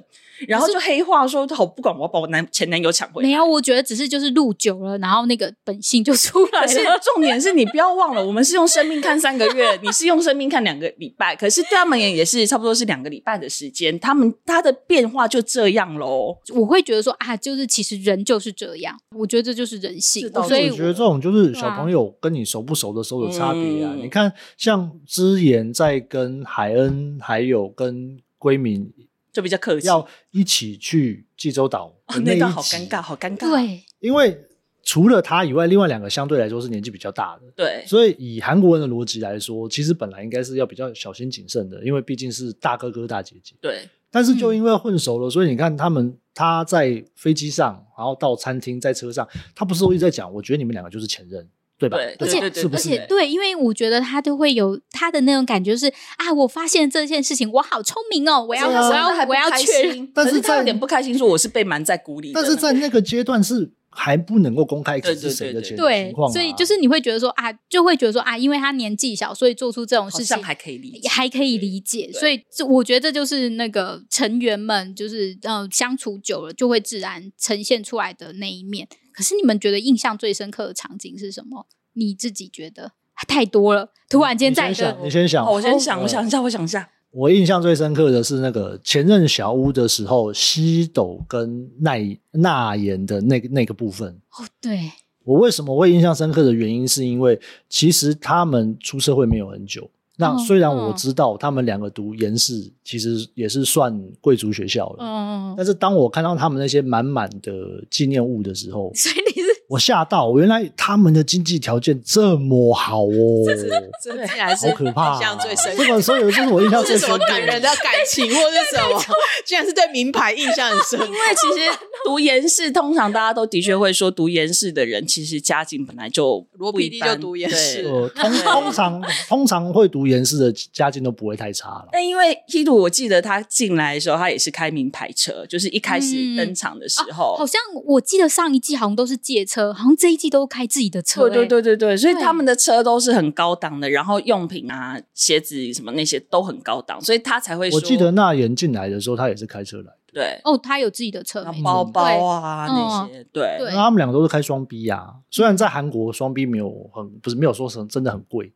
然后就黑化说好不管我要把我男前男友抢回没来。有，我觉得只是就是录久了，然后那个本性就出来可是了。重点是你不要忘了，我们是用生命看三个月，你是用生命看两个礼拜，可是对他们也也是差不多是两个礼拜的时间，他们他的变化就这样喽。 我会觉得说啊，就是其实人就是这样，我觉得这就是人性是的。所以我觉得这种就是对小啊朋友跟你熟不熟的时候的差别啊。嗯你看，像之言在跟海恩还有跟闺敏就比较客气。要一起去济州岛哦的 那一段好集尴尬，，好尴尬。对，因为除了他以外，另外两个相对来说是年纪比较大的。对，所以以韩国人的逻辑来说，其实本来应该是要比较小心谨慎的，因为毕竟是大哥哥大姐姐。对，但是就因为混熟了，所以你看他们他在飞机上，然后到餐厅，在车上，他不是都一直在讲，我觉得你们两个就是前任，对吧？对而吧且对对是不而是？且对，因为我觉得他都会有他的那种感觉是啊，我发现这件事情，我好聪明哦，我要、所以啊他甚至我还要不我要开确认。 心但可是是他有在点不开心，说我是被瞒在鼓里的但那个。是在那个阶段是还不能够公开对是谁的前对对情况、，啊，所以就是你会觉得说啊，就会觉得说啊，因为他年纪小，所以做出这种好事像情还可以理也解。还可以理解。对所以这我觉得这就是那个成员们就是呃相处久了就会自然呈现出来的那一面。可是你们觉得印象最深刻的场景是什么？你自己觉得太多了，突然间你在先一个想，你先想，哦，我先想，嗯我想一下，我想一 下。我印象最深刻的是那个前任小屋的时候，西斗跟奈纳言的那个那个部分。哦，对，我为什么会印象深刻的原因，是因为其实他们出社会没有很久。那嗯虽然我嗯知道他们两个读研士，其实也是算贵族学校了，嗯，但是当我看到他们那些满满的纪念物的时候，所以你是我吓到，原来他们的经济条件这么好哦， 这竟然是好可怕、印啊！象最深刻这。个，所以这是我印象 这最是什深么刻感人的感情，或是什么？ 竟然是对名牌印象很深 因。为其实读研室，通常大家都的确会说，读研室的人其实家境本来就罗不一 PD 就般读研室对呃，通通常通常会读研师的家境都不会太差了。但因为 h i d o 我记得他进来的时候，他也是开名牌车，就是一开嗯始登场的时候，哦好像我记得上一季好像都是借车，好像这一季都开自己的车、对对欸对对对，所以对他们的车都是很高档的，然后用品啊、鞋子什么那些都很高档，所以他才会说，我记得那言进来的时候，他也是开车来的，对，哦，他有自己的车，然没后错包包啊嗯对那些，对对那他们两个都是开双 B 啊。虽然在韩国双 B 没有很不是没有说成真的很贵，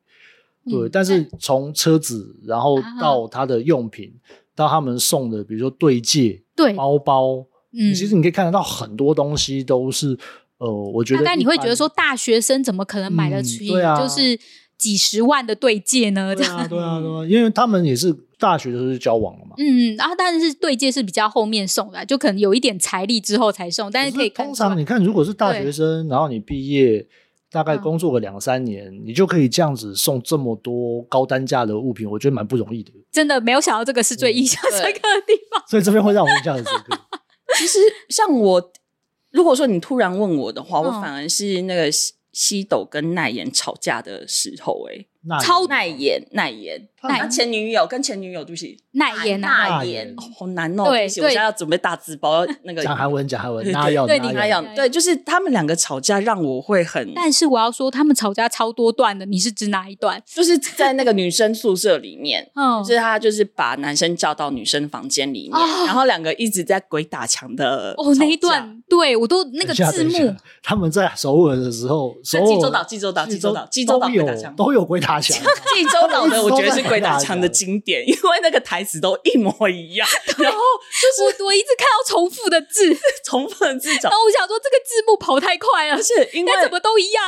对，嗯但是从车子，然后啊到他的用品，到他们送的，比如说对戒、对，包包，嗯，其实你可以看得到很多东西都是呃，我觉得但你会觉得一般说，大学生怎么可能买得嗯起对啊就是几十万的对戒呢？这对样，啊，对啊，对啊，因为他们也是大学的时候就交往 了嘛。嗯，然后但是对戒是比较后面送的啊，就可能有一点财力之后才送，但是可以看通出来常你看，如果是大对学生，然后你毕业大概嗯工作个两三年，你就可以这样子送这么多高单价的物品，我觉得蛮不容易的。真的没有想到这个是嗯最印象深刻的地方。所以这边会让我印象很深刻。其实像我，如果说你突然问我的话，嗯我反而是那个西西斗跟奈妍吵架的时候、欸，那超奈妍奈妍，奈啊前女友跟前女友，对不起，耐言啊，奈奈妍妍，哦好难哦，对对不起，我对现在要准备大字报，要 那个讲韩文，讲韩文，对那要对那你哎呀要要，对，就是他们两个吵架让我会很，但是我要说，他们吵架超多段的，你是指哪一段？就是在那个女生宿舍里面，嗯，就是他就是把男生叫到女生房间里面，哦然后两个一直在鬼打墙的哦那一吵架。段，对我都那个等一下字，等一幕下，他们在首尔的时候，是首尔济州岛，济州岛，济州岛，济州岛都鬼打墙有。都有鬼打墙，啊 济州 岛的我觉得是鬼打墙的经。经典，因为那个台词都一模一样， 然后就是我我一直看到重复的字，重复的字找然，后我想说这个字幕跑太快了而，且因为但怎么都一样。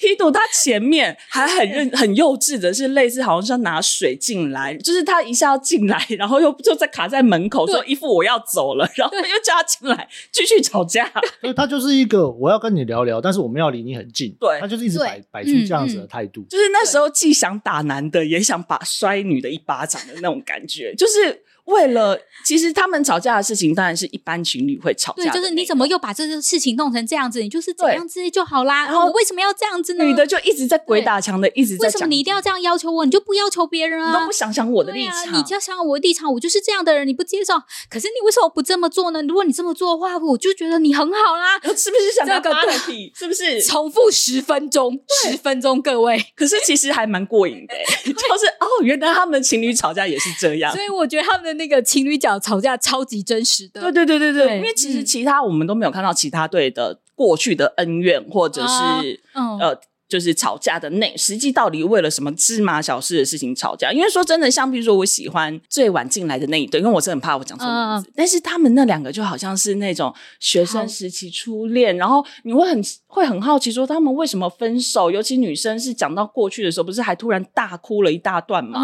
Hido 他前面还很认很幼稚的，是类似好像是要拿水进来，就是他一下要进来，然后又就在卡在门口说一副我要走了，然后又叫他进来继续吵架。所以他就是一个我要跟你聊聊，但是我们要离你很近。对嗯他就是一直摆对摆出这样子的态度。就是那时候既想打男的，也想把摔女的一巴掌的那种感觉，就是为了其实他们吵架的事情，当然是一般情侣会吵架对，的就是那你个怎么又把这个事情弄成这样子？你就是怎对样之就好啦。啊然后我为什么要这样子呢？女的就一直在鬼对打墙的，一直在为什么讲你一定要这样要求我？你就不要求别人你啊？都不想想我的对立场，啊、你就要想我的立场，我就是这样的人，你不接受。可是你为什么不这么做呢？如果你这么做的话，我就觉得你很好啦。是不是想要这个扒对的皮？是不 是？重复十分钟，十分钟，各位。可是其实还蛮过瘾的、 就是哦，原来他们情侣吵架也是这样所。以我觉得他们的那个情侣角吵架超级真实的。对对对对对，对因为其实嗯其他我们都没有看到其他队的过去的恩怨，或者啊是、嗯呃，就是吵架的内实际到底为了什么芝麻小事的事情吵架。因为说真的，像比如说我喜欢最晚进来的那一对，因为我真的很怕我讲错嗯名字，但是他们那两个就好像是那种学生时期初恋，然后你会很会很好奇说他们为什么分手，尤其女生是讲到过去的时候，不是还突然大哭了一大段吗？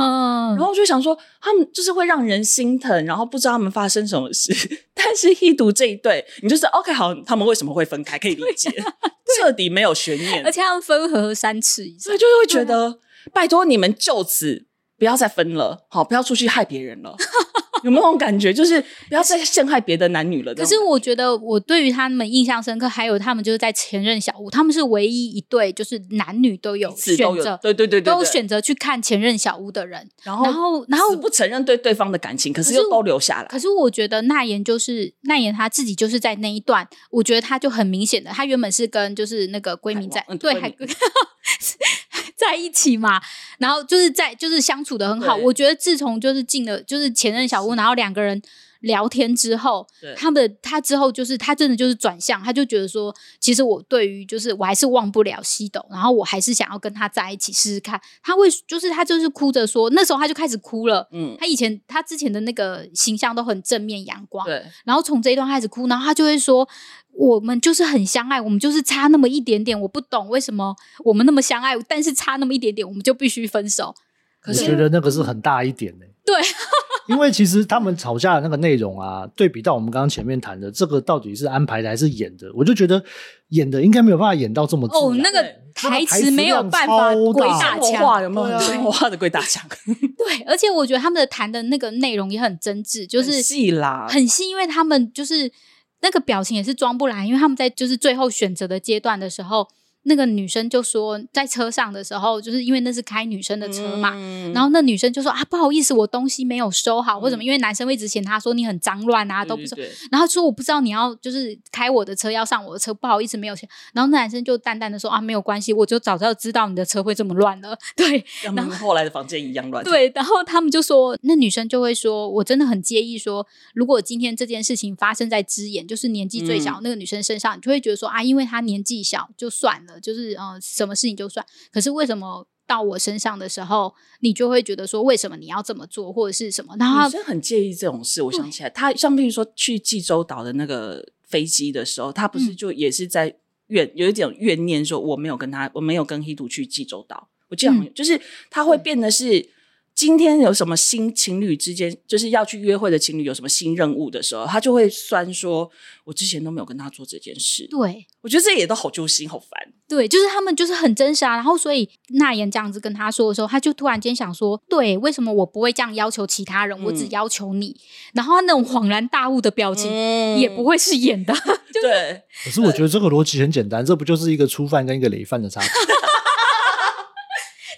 嗯，然后我就想说，他们就是会让人心疼，然后不知道他们发生什么事。 但是一读这一对，你就是 OK 好，他们为什么会分开，可以理解，彻底没有悬念而。且他们分合三次以上所以。就是会觉啊得，拜托你们就此不要再分了，好，不要出去害别人 了。有没有那种感觉？就是不要再陷害别的男女了。可是我觉得我对于他们印象深刻，还有他们就是在前任小屋，他们是唯一一对就是男女都有死选都有，择。对对对对哦对，都选择去看前任小屋的人，然后然后然后死不承认对对方的感情，可是可是又都留下来。可是我觉得那言就是那言他自己就是在那一段，我觉得他就很明显的，他原本是跟就是那个闺蜜在海王嗯对闺还蜜 在一起嘛，然后就是在就是相处的很好。对我觉得自从就是进了就是前任小屋，然后两个人聊天之后对，他们的他之后就是他真的就是转向，他就觉得说，其实我对于就是我还是忘不了西斗，然后我还是想要跟他在一起试试看。他会就是他就是哭着说，那时候他就开始哭了。嗯，他以前他之前的那个形象都很正面阳光，对，然后从这一段开始哭，然后他就会说。我们就是很相爱，我们就是差那么一点点，我不懂为什么我们那么相爱，但是差那么一点点，我们就必须分手。可我觉是得那个是很大一点的、对， 因为其实他们吵架的那个内容啊，对比到我们刚刚前面谈的，这个到底是安排的还是演的，我就觉得演的应该没有办法演到这么自然。哦，那个对台词没有办法那个台词鬼量超大打生活墙，化有没有对啊很生活化的鬼打墙？对，而且我觉得他们的谈的那个内容也很真挚，就很是细啊啦，很细，因为他们就是那个表情也是装不来，因为他们在就是最后选择的阶段的时候，那个女生就说在车上的时候，就是因为那是开女生的车嘛，嗯然后那女生就说啊不好意思，我东西没有收好或什么，嗯因为男生会一直嫌她说你很脏乱啊，都不对收。对然后说我不知道你要就是开我的车要上我的车，不好意思没有钱。然后那男生就淡淡的说啊没有关系，我就早就知道你的车会这么乱了。 对，对跟后来的房间一样乱。，对，然后他们就说，那女生就会说，我真的很介意说，如果今天这件事情发生在之眼，就是年纪最嗯小、那个女生身上，你就会觉得说啊，因为她年纪小就算了，就是呃，什么事情就算。可是为什么到我身上的时候，你就会觉得说，为什么你要这么做，或者是什么？然后嗯女生很介意这种事。我想对起来，她像比如说去济州岛的那个飞机的时候，她不是嗯就也是在怨、有一点怨念，说我没有跟她，我没有跟 Hidu 去济州岛。我记得好嗯像有、就是她会变得是。今天有什么新情侣之间，就是要去约会的情侣有什么新任务的时候，她就会酸说：“我之前都没有跟他做这件事。对”我觉得这也都好揪心，好烦。对，就是他们就是很真实啊。然后所以那言这样子跟他说的时候，他就突然间想说，对，为什么我不会这样要求其他人，我只嗯要求你？然后他那种恍然大悟的表情。嗯也不会是演的，对，可是我觉得这个逻辑很简单，这不就是一个初犯跟一个累犯的差别？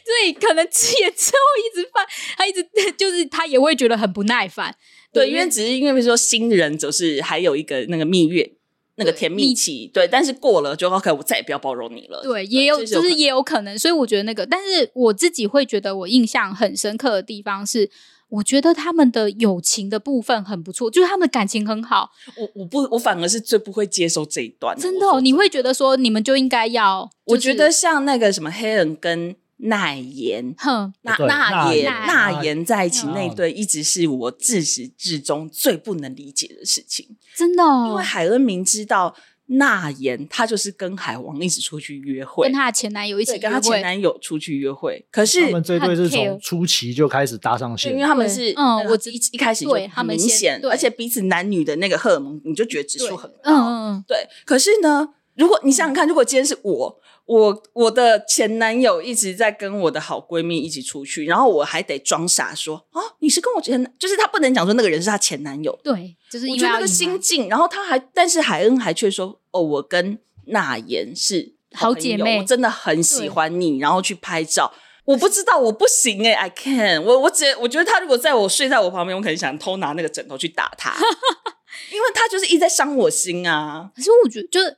对，可能吃眼之后一直犯，他一直就是他也会觉得很不耐烦。对，因为只是因为比如说新人总是还有一个那个蜜月，那个对甜蜜蜜期，对，但是过了就 OK，我再也不要包容你了。对也有这就是可能也有可能，所以我觉得那个，但是我自己会觉得我印象很深刻的地方是，我觉得他们的友情的部分很不错，就是他们的感情很好，我我不我反而是最不会接受这一段的，真的、我说哦，你会觉得说你们就应该要，我就是觉得像那个什么黑人跟奈妍。哼，那啊对那那妍妍那妍在一起嗯那对，一直是我自始至终最不能理解的事情。真的、因为哦，海恩明知道那言她就是跟海王一直出去约会，跟她的前男友一起对约会，跟嗯她前男友出去约会，可是他们这一对是很 care 从初期就开始搭上哦对线因为，他们对是嗯那个我知一一开始就对他很们明先显，对而且彼此男女的那个荷尔蒙，你就觉得指数很高。嗯嗯对，可是呢，如果你想想看，如果今天是我，我我的前男友一直在跟我的好闺蜜一起出去，然后我还得装傻说啊，你是跟我前，就是他不能讲说那个人是他前男友，嗯，对，就是我因觉得为那要个隐心瞒境，然后他还，但是海恩还却说哦，我跟那言是好朋姐友妹我真的很喜欢你，然后去拍照。我不知道，我不行哎、i can，我我只我觉得他如果在我睡在我旁边，我可能想偷拿那个枕头去打他， 因为他就是一直在伤我心啊。可是我觉得，就是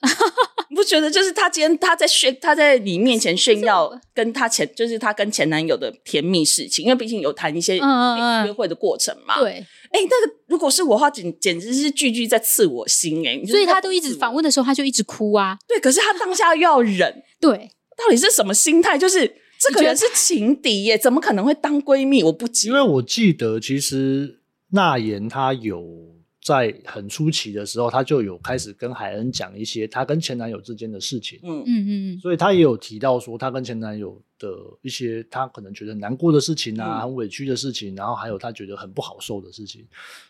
你不觉得就是她今天她在炫，她在你面前炫啊耀跟她前，就是她跟前男友的甜蜜事情，因为毕竟有谈一些嗯嗯嗯约会的过程嘛。，对，哎、那个如果是我的话，简简直是句句在刺我心哎、你就是所以在他都一刺直我访问的时候，他就一直哭啊，对，可是她当下又要忍，对，到底是什么心态？就是这个人是情敌耶，怎么可能会当闺蜜？我不因急为我记得其实那言她有。在很初期的时候，她就有开始跟海恩讲一些她跟前男友之间的事情，嗯，嗯嗯所以她也有提到说，她跟前男友的一些她可能觉得难过的事情嗯啊，很委屈的事情，然后还有她觉得很不好受的事情。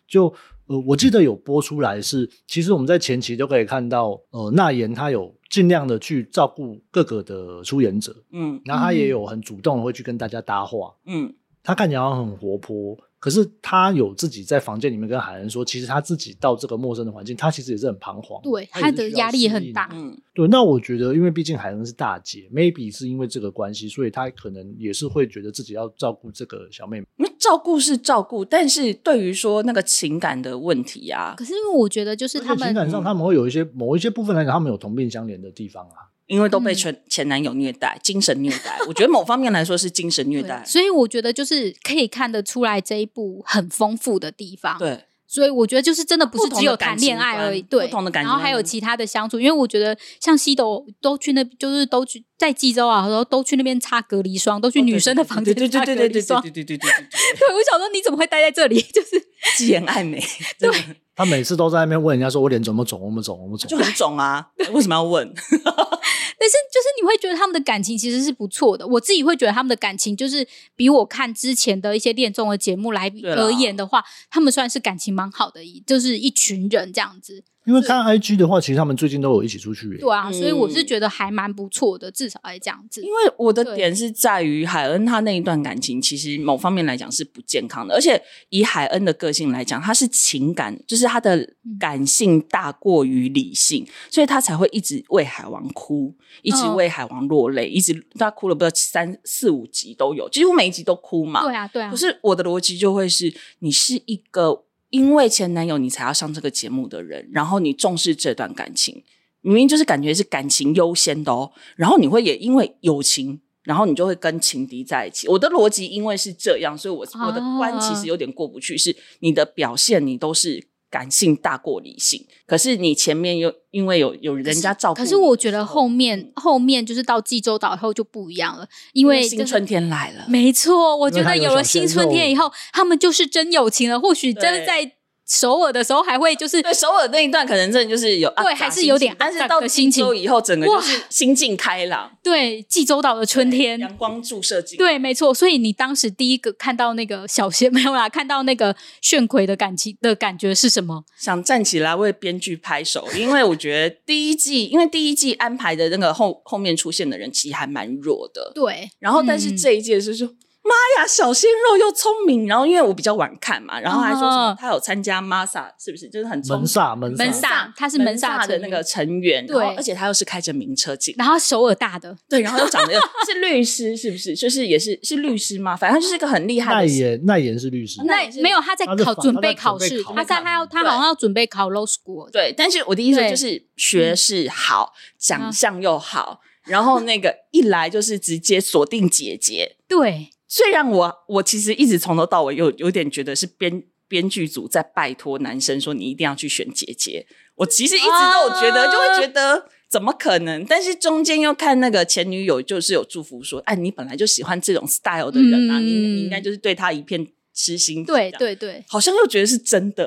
就呃，我记得有播出来是，其实我们在前期都可以看到，呃，那言她有尽量的去照顾各个的出演者，嗯然后她也嗯有很主动的会去跟大家搭话，嗯她看起来好像很活泼。可是她有自己在房间里面跟海恩说，其实她自己到这个陌生的环境，她其实也是很彷徨，对她也她的是需要压力适很应大的嗯对，那我觉得，因为毕竟海恩是大姐，maybe 是因为这个关系，所以她可能也是会觉得自己要照顾这个小妹妹。那照顾是照顾，但是对于说那个情感的问题啊嗯。，可是因为我觉得，就是而他且情们嗯感上，他们会有一些某一些部分来讲，他们有同病相怜的地方啊。因为都被嗯前前男友虐待，精神虐待。我觉得某方面来说是精神虐待对，。所以我觉得就是可以看得出来这一部很丰富的地方。，对，所以我觉得就是真的不是不同的只有感谈情恋爱而已，观对，不同的感情然后还有其他的相处，因为我觉得像西斗都去那，就是都去在济州啊，然后都去那边擦隔离霜，都去女生的房哦间对对擦对隔对对离对对霜。对对对对，对， 我想说你怎么会待在这里？ 就是自言爱美，对，她每次都在那边问人家说：“我脸怎么肿？我们肿？我们肿就很肿啊，为什么要问？但是就是你会觉得他们的感情其实是不错的，我自己会觉得他们的感情就是比我看之前的一些恋综的节目来对啦而言的话，他们算是感情蛮好的一，就是一群人这样子。？”因为看 IG 的话，其实他们最近都有一起出去耶、欸对啊，嗯所以我是觉得还蛮不错的，至少还这样子因。为我的对点是在于海恩他那一段感情，其实某方面来讲是不健康的，而且以海恩的个性来讲，他是情感，就是他的嗯感性大过于理性，所以他才会一直为海王哭，一直嗯为海王落泪，一直他哭了不知道三四五集都有，几乎每一集都哭嘛。对啊，对啊可，是我的逻辑就会是，你是一个因为前男友你才要上这个节目的人，然后你重视这段感情，明明就是感觉是感情优先的哦，然后你会也因为友情。然后你就会跟情敌在一起。我的逻辑因为是这样，所以我我的关啊其实有点过不去，是你的表现你都是感性大过理性，可是你前面有因为有有人家照顾可你的时候，是我觉得后嗯面后面就是到济州岛以后就不一样了，因因为为就新是春。天来了，没错，我因为觉他得有有了小鲜新春天肉以后，他们就是真友情了。或许真的对在首尔的时候还会就是对首尔那一段可能真的就是有对阿杂还是有心点情但阿是杂到的心情济州以后，整个就哇是心境开朗，对济州岛的春天，阳光注射进，对，没错。所以你当时第一个看到那个小鲜 没有啦，看到那个炫奎的感情的感觉是什么？想站起来为编剧拍手，因为我觉得第一季，因为第一季安排的那个后后面出现的人其实还蛮弱的，对，然后但是嗯这一届就是。妈呀，小鲜肉又聪明，然后因为我比较晚看嘛，然后还说什么哦他有参加 MASA，是不是就是很聪门萨门萨门萨他是门萨门的成那员个成员，对然后而且他又是开着名车进来然后首尔大的，对，然后又长得又是律师，是不是？就是也是是律师吗？反正就是一个很厉害奈的戏。言奈言是律师，啊那那也是没有他在他是考法准他备在准考备试，考他在他要他对好像要准备考 law school，对，但是我的意思对就是学识好，长相又好，然后那个一来就是直接锁定姐姐。对虽然我我其实一直从头到尾有有点觉得是编编剧组在拜托男生说你一定要去选姐姐，我其实一直都有觉得，啊就会觉得。怎么可能？但是中间又看那个前女友，就是有祝福说：“哎，你本来就喜欢这种 style 的人啊，你嗯你应该就是对他一片痴心。”对对对，好像又觉得是真的，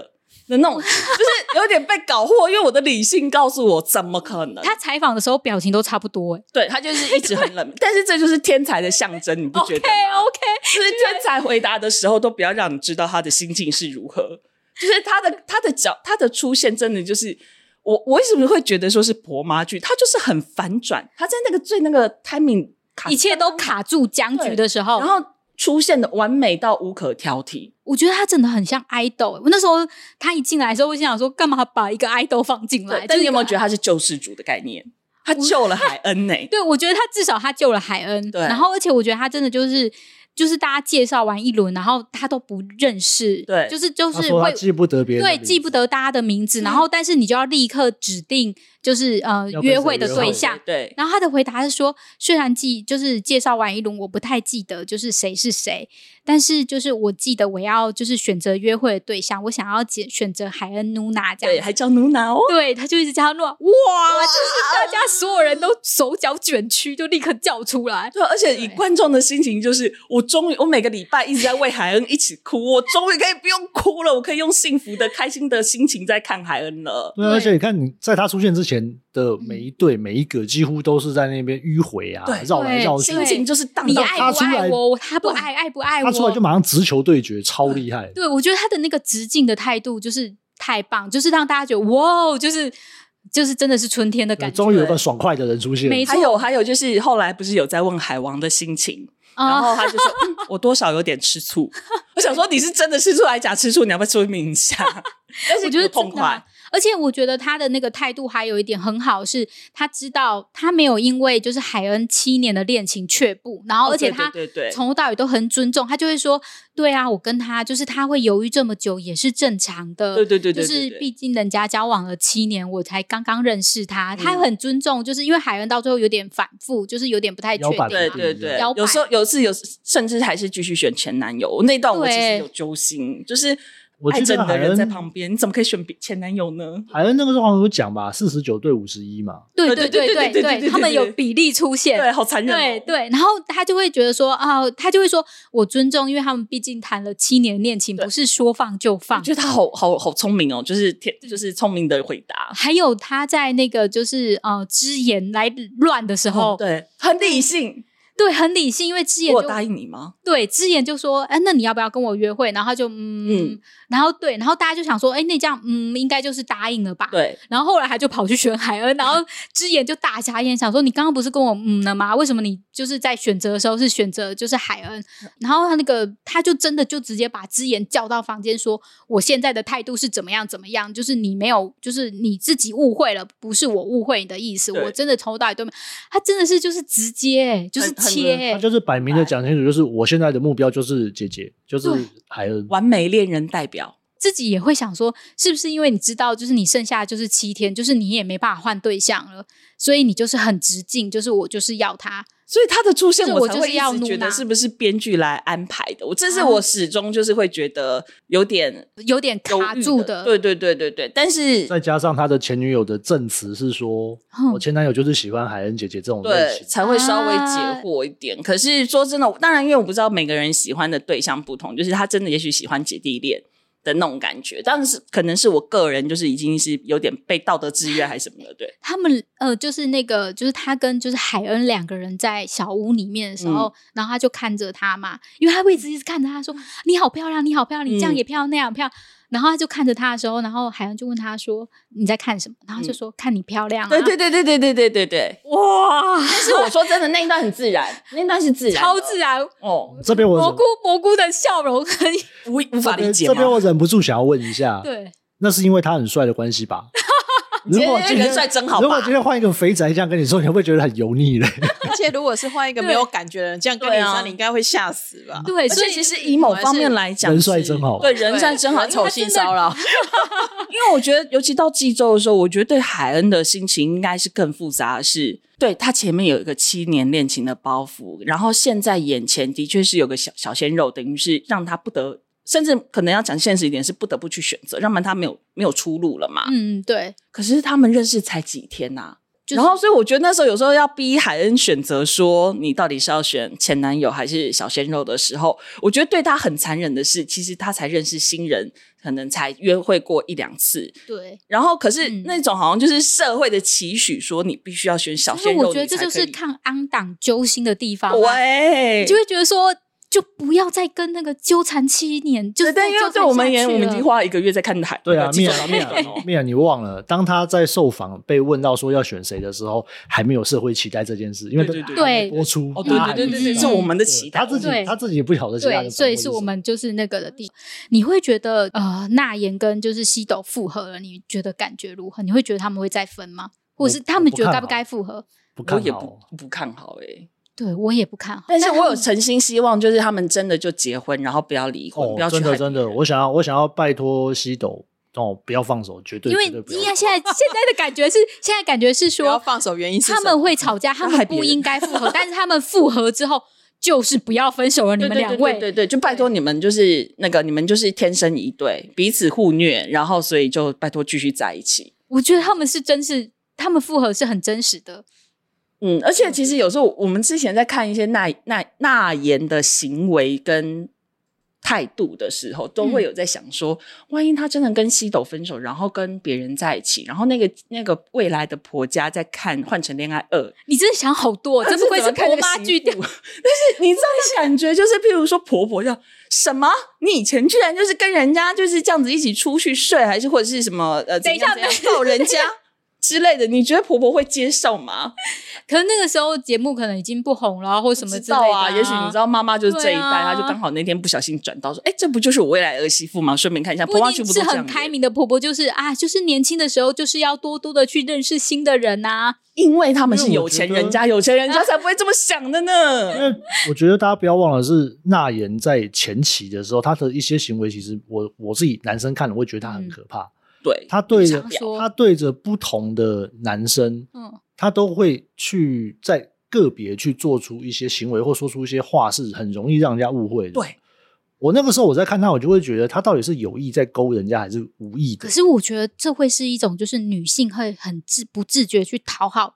的那种，就是 有点被搞惑，因为我的理性告诉我怎么可能？他采访的时候表情都差不多、欸，对他就是一直很冷， 但是这就是天才的象征，你不觉 OK 得吗 OK，啊就是天才回答的时候，都不要让你知道他的心境是如何。 就是他的他的角他的出现，真的就是我我为什么会觉得说是婆妈剧？他就是很反转，他在那个最那个 timing 卡一切都，卡住僵局的时候，然后出现的完美到无可挑剔。我觉得他真的很像 idol 欸、我那时候他一进来的时候，我心想说，干嘛把一个 idol 放进来对，？但是你有没有觉得得？他是救世主的概念？他救了海恩呢、对，我觉得他至少他救了海恩。对然后而且我觉得他真的就是。就是大家介绍完一轮，然后他都不认识，对就是就他是说他会记不得别人的对名字，记不得大家的名字，然后但是你就要立刻指定就是呃要跟谁约会的约会 对象，对然后他的回答是说，虽然记就是介绍完一轮，我不太记得就是谁是谁，但是就是我记得我要就是选择约会的对象，我想要选选择海恩努娜这对，样。还叫努娜哦。对，他就一直叫他诺，哇！就是大家所有人都手脚卷曲，就立刻叫出来。对，而且以对观众的心情，就是我终于，我每个礼拜一直在为海恩一起哭，我终于可以不用哭了，我可以用幸福的、开心的心情在看海恩了。对，啊对嗯而且你看，你在他出现之前的每一对、每一个，几乎都是在那边迂回啊对，绕来绕去对。心情就是荡你到爱他不出来爱我？他不爱，爱不爱他出来就我？马上直球对决，超厉害。对，我觉得他的那个直径的态度就是太棒，就是让大家觉得哇，哦就是就是真的是春天的对感觉。终于有个爽快的人出现，没错还有还有，就是后来不是有在问海王的心情，然啊后他就说、嗯 我多少有点吃醋。我想说你是真的吃醋还是假吃醋？你要不要说明一 下？但是我觉得不痛真的啊快，。而且我觉得他的那个态度还有一点很好，是他知道他没有因为就是海恩七年的恋情却步，然后哦而且对他对对对从头到尾都很尊重，他就会说：“对啊，我跟他就是他会犹豫这么久也是正常的。”对对对对就对是对毕竟人家交往了七年，我才刚刚认识他，嗯他很尊重，就是因为海恩到最后有点反复，就是有点不太确摇定嘛摆。对不对定对摇摆，有时候有次有甚至还是继续选前男友，我那段我其实对有揪心，就是我爱记真得的海人在恩，旁边，你怎么可以选比前男友呢？海恩那个时候好像有讲吧，四十九对五十一嘛，对对对对对对对对对对对，他们有比例出现。对，好残忍、哦对，对，然后他就会觉得说啊、他就会说我尊重，因为他们毕竟谈了七年恋情，对不是说放就我放觉。得他好好好聪明哦，就是天，就是聪明的回答。还有他在那个就是呃之言来乱的时候，哦对，很理性。对很理性，因为之言我就有答应你吗？对之言就说，哎、那你要不要跟我约会？然后他就嗯，嗯然后对，然后大家就想说，哎、那这样嗯，应该就是答应了吧？。对，然后后来他就跑去选海恩，然后之言就大傻眼，想说你刚刚不是跟我嗯了吗？为什么你就是在选择的时候是选择就是海恩？嗯然后他那个他就真的就直接把之言叫到房间说，我现在的态度是怎么样怎么样，就是你没有，就是你自己误会了，不是我误会你的意思，对我真的从头到尾都没有。他真的是就是直接、欸就是很很切、他欸，就是摆明的讲清楚，就是我现在的目标就是姐姐，就是对海恩。完美恋人代表。自己也会想说，是不是因为你知道，就是你剩下就是七天，就是你也没办法换对象了，所以你就是很直径，就是我就是要他。所以他的出现，就是我才就会是一要直努觉得拿是不是编剧来安排的。我这是啊我始终就是会觉得有点有点犹卡豫住的。的，对对对对对，但是再加上他的前女友的证词是说，哼我前男友就是喜欢海恩姐姐这种类对型，才会稍微解啊惑一点。可是说真的，当然因为我不知道每个人喜欢的对象不同，就是他真的也许喜欢姐弟恋。的那种感觉，但是可能是我个人就是已经是有点被道德制约还是什么的，对，他们呃，就是那个，就是他跟就是海恩两个人在小屋里面的时嗯候，然后他就看着她嘛，因为他会一直一直看着她说：“你好漂亮，你好漂亮，你这样嗯也漂亮，那样也漂亮。”然后他就看着她的时候，然后海恩就问他说：“你在看什么？”然后他就说：“看你漂亮、啊。”嗯对对对对对对对对对。哇，但是我说真的，那一段很自然，那一段是自然的，超自然，哦，这边我蘑忍菇蘑菇的笑 容很无无法理解这边吗？我忍不住想要问一下，对，那是因为他很帅的关系吧？如果你今天今人天帅真好吧如果今天换一个肥宅这样跟你说，你会不会觉得很油腻嘞？ 而且如果是换一个没有感觉的人，这样跟你对啊嗯讲，你应该会吓死吧？对，而欸所且以其实以某方面来讲是，人帅真好对人帅真好，丑性骚扰， 因为我觉得，尤其到济州的时候，我觉得对海恩的心情应该是更复杂的是，对他前面有一个七年恋情的包袱，然后现在眼前的确是有个小小鲜肉，等于是让他不得，甚至可能要讲现实一点，是不得不去选择，要不然他没有没有出路了嘛。嗯，对，可是他们认识才几天呐、啊就是然后，所以我觉得那时候有时候要逼海恩选择说你到底是要选前男友还是小鲜肉的时候，我觉得对他很残忍的是，其实他才认识新人，可能才约会过一两次，对，然后可是嗯那种好像就是社会的期许，说你必须要选小但是鲜肉，我觉得你这才就是可以看安党揪心的地方、啊，喂，你就会觉得说，就不要再跟那个纠缠七年，就是对，但因为对我们而言，我们已经花了一个月在看海，对啊，记面者啊版 面面啊面啊，你忘了，当他在受访被问到说要选谁的时候，还没有社会期待这件事，因为对对对还没对播出，哦，大对家还对对不对对，知道是我们的期待，他自己对他自己不晓得其他对，的所以掌握是什我么们就是那个的地，你会觉得呃，那言跟就是西斗复合了，你觉得感觉如何？你会觉得他们会再分吗？或者是我他我们不觉得看该不好该复合？我不看也好哦不。不看好哎、对我也不看好，但是他我有们诚心希望，就是他们真的就结婚，然后不要离婚，哦不要，去真的害真别的，人我想要我想要拜托西斗哦，不要放手，绝对因为绝对不要应该放手现在现在的感觉是，现在感觉是不要说放手，原因是他什么们会吵架，他 要害们别不人应该复合，但是他们复合之后就是不要 分手了。你对们对两对位，对对对，就拜托你们，就是那个你们就是天生一对，彼此互虐，然后所以就拜托继续在一起。我觉得他们是真是，他们复合是很真实的。嗯，而且其实有时候我们之前在看一些那那那言的行为跟态度的时候，都会有在想说，嗯万一他真的跟西斗分手，然后跟别人在一起，然后那个那个未来的婆家在看《换成恋爱二》，你真的想好多，真不愧是婆妈 巨但蛋。是你知道那感觉就是，譬如说婆婆要什么，你以前居然就是跟人家就是这样子一起出去睡，还是或者是什么呃，等一下怎样怎样抱人家 之类的，你觉得婆婆会接受吗？可能那个时候节目可能已经不红了，或什不么知之类道的、啊，也许你知。道妈妈就是这一代，对啊她就刚好那天不小心转到说，哎，这不就是我未来儿媳妇吗？顺便看一下，婆不妈一全定部是都这很样开耶，明的婆婆，就是啊，就是年轻的时候，就是要多多的去认识新的人啊呐、因为他们是因为我有钱觉得人家，有钱人家才不会这么想的呢。 因为我觉得大家不要忘了，是那言在前期的时候，他的一些行为，其实我我自己男生看了，我会觉得他很可怕。嗯对，他对常着说他对着不同的男生，嗯，他都会去在个别去做出一些行为或说出一些话，是很容易让人家误会的。对，我那个时候我在看他，我就会觉得他到底是有意在勾人家，还是无意的可？是我觉得这会是一种，就是女性会很自不自觉去讨好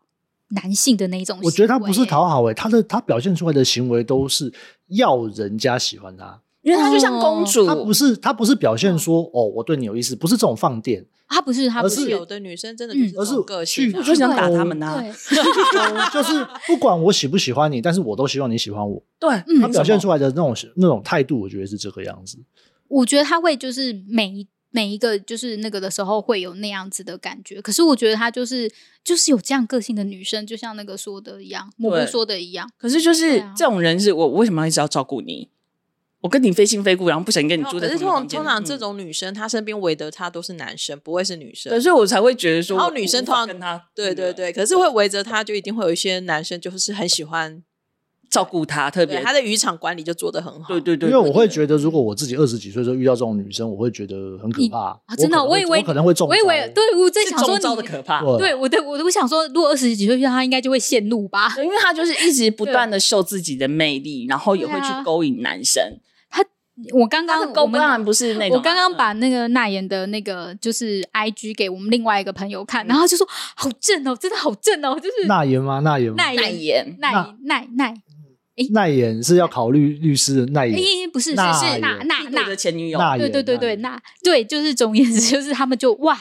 男性的那一种。我觉得他不是，讨好诶、他的他表现出来的行为都是要人家喜欢他，因为她就像公主，他不是他不是表现说哦我对你有意思，不是这种放电，他不是，他不而是是有的女生真的就是嗯这而是种个性啊、我就想打他们呐、对，哦就是不管我喜不喜欢你，但是我都希望你喜欢我。对，嗯他表现出来的那种那种态度，我觉得是这个样子。我觉得他会就是每一每一个就是那个的时候会有那样子的感觉，可是我觉得他就是就是有这样个性的女生，就像那个说的一样，蘑菇对说的一样，可是就是、对啊这种人是我我为什么要一直要照顾你？我跟你非亲非故，然后不想跟你没有住可在是同一个通常房间。通常这嗯、种女生，她身边围的她都是男生，不会是女生对，。所以我才会觉得说，然后我女生无通法常跟他，对对对，可是会围着她，就一定会有一些男生就是很喜欢，照顾他，特对别他的渔场管理就做得很好。对对对，因为我会觉得得，如果我自己二十几岁的时候遇到这种女生，我会觉得很可怕。啊真的我可能会我以为我可能会中我招，以为对我在是想说中招的你，可怕。对对我对我我想说，如果二十几岁遇到他，应该就会陷入吧对。因为他就是一直不断的秀自己的魅力，然后也会对啊去勾引男生。我刚他刚的勾我们当然不是那种啊，我刚刚嗯把那个那言的那个就是 I G 给我们另外一个朋友看，然后就说好正哦，真的好正哦，就是那言吗？那言吗那嗯代言言那那那那言是要考虑律师的那言，诶哎不是是那是言那那那那的前女友，那言对对对那对，言那对就是总而言之，就是他们就哇，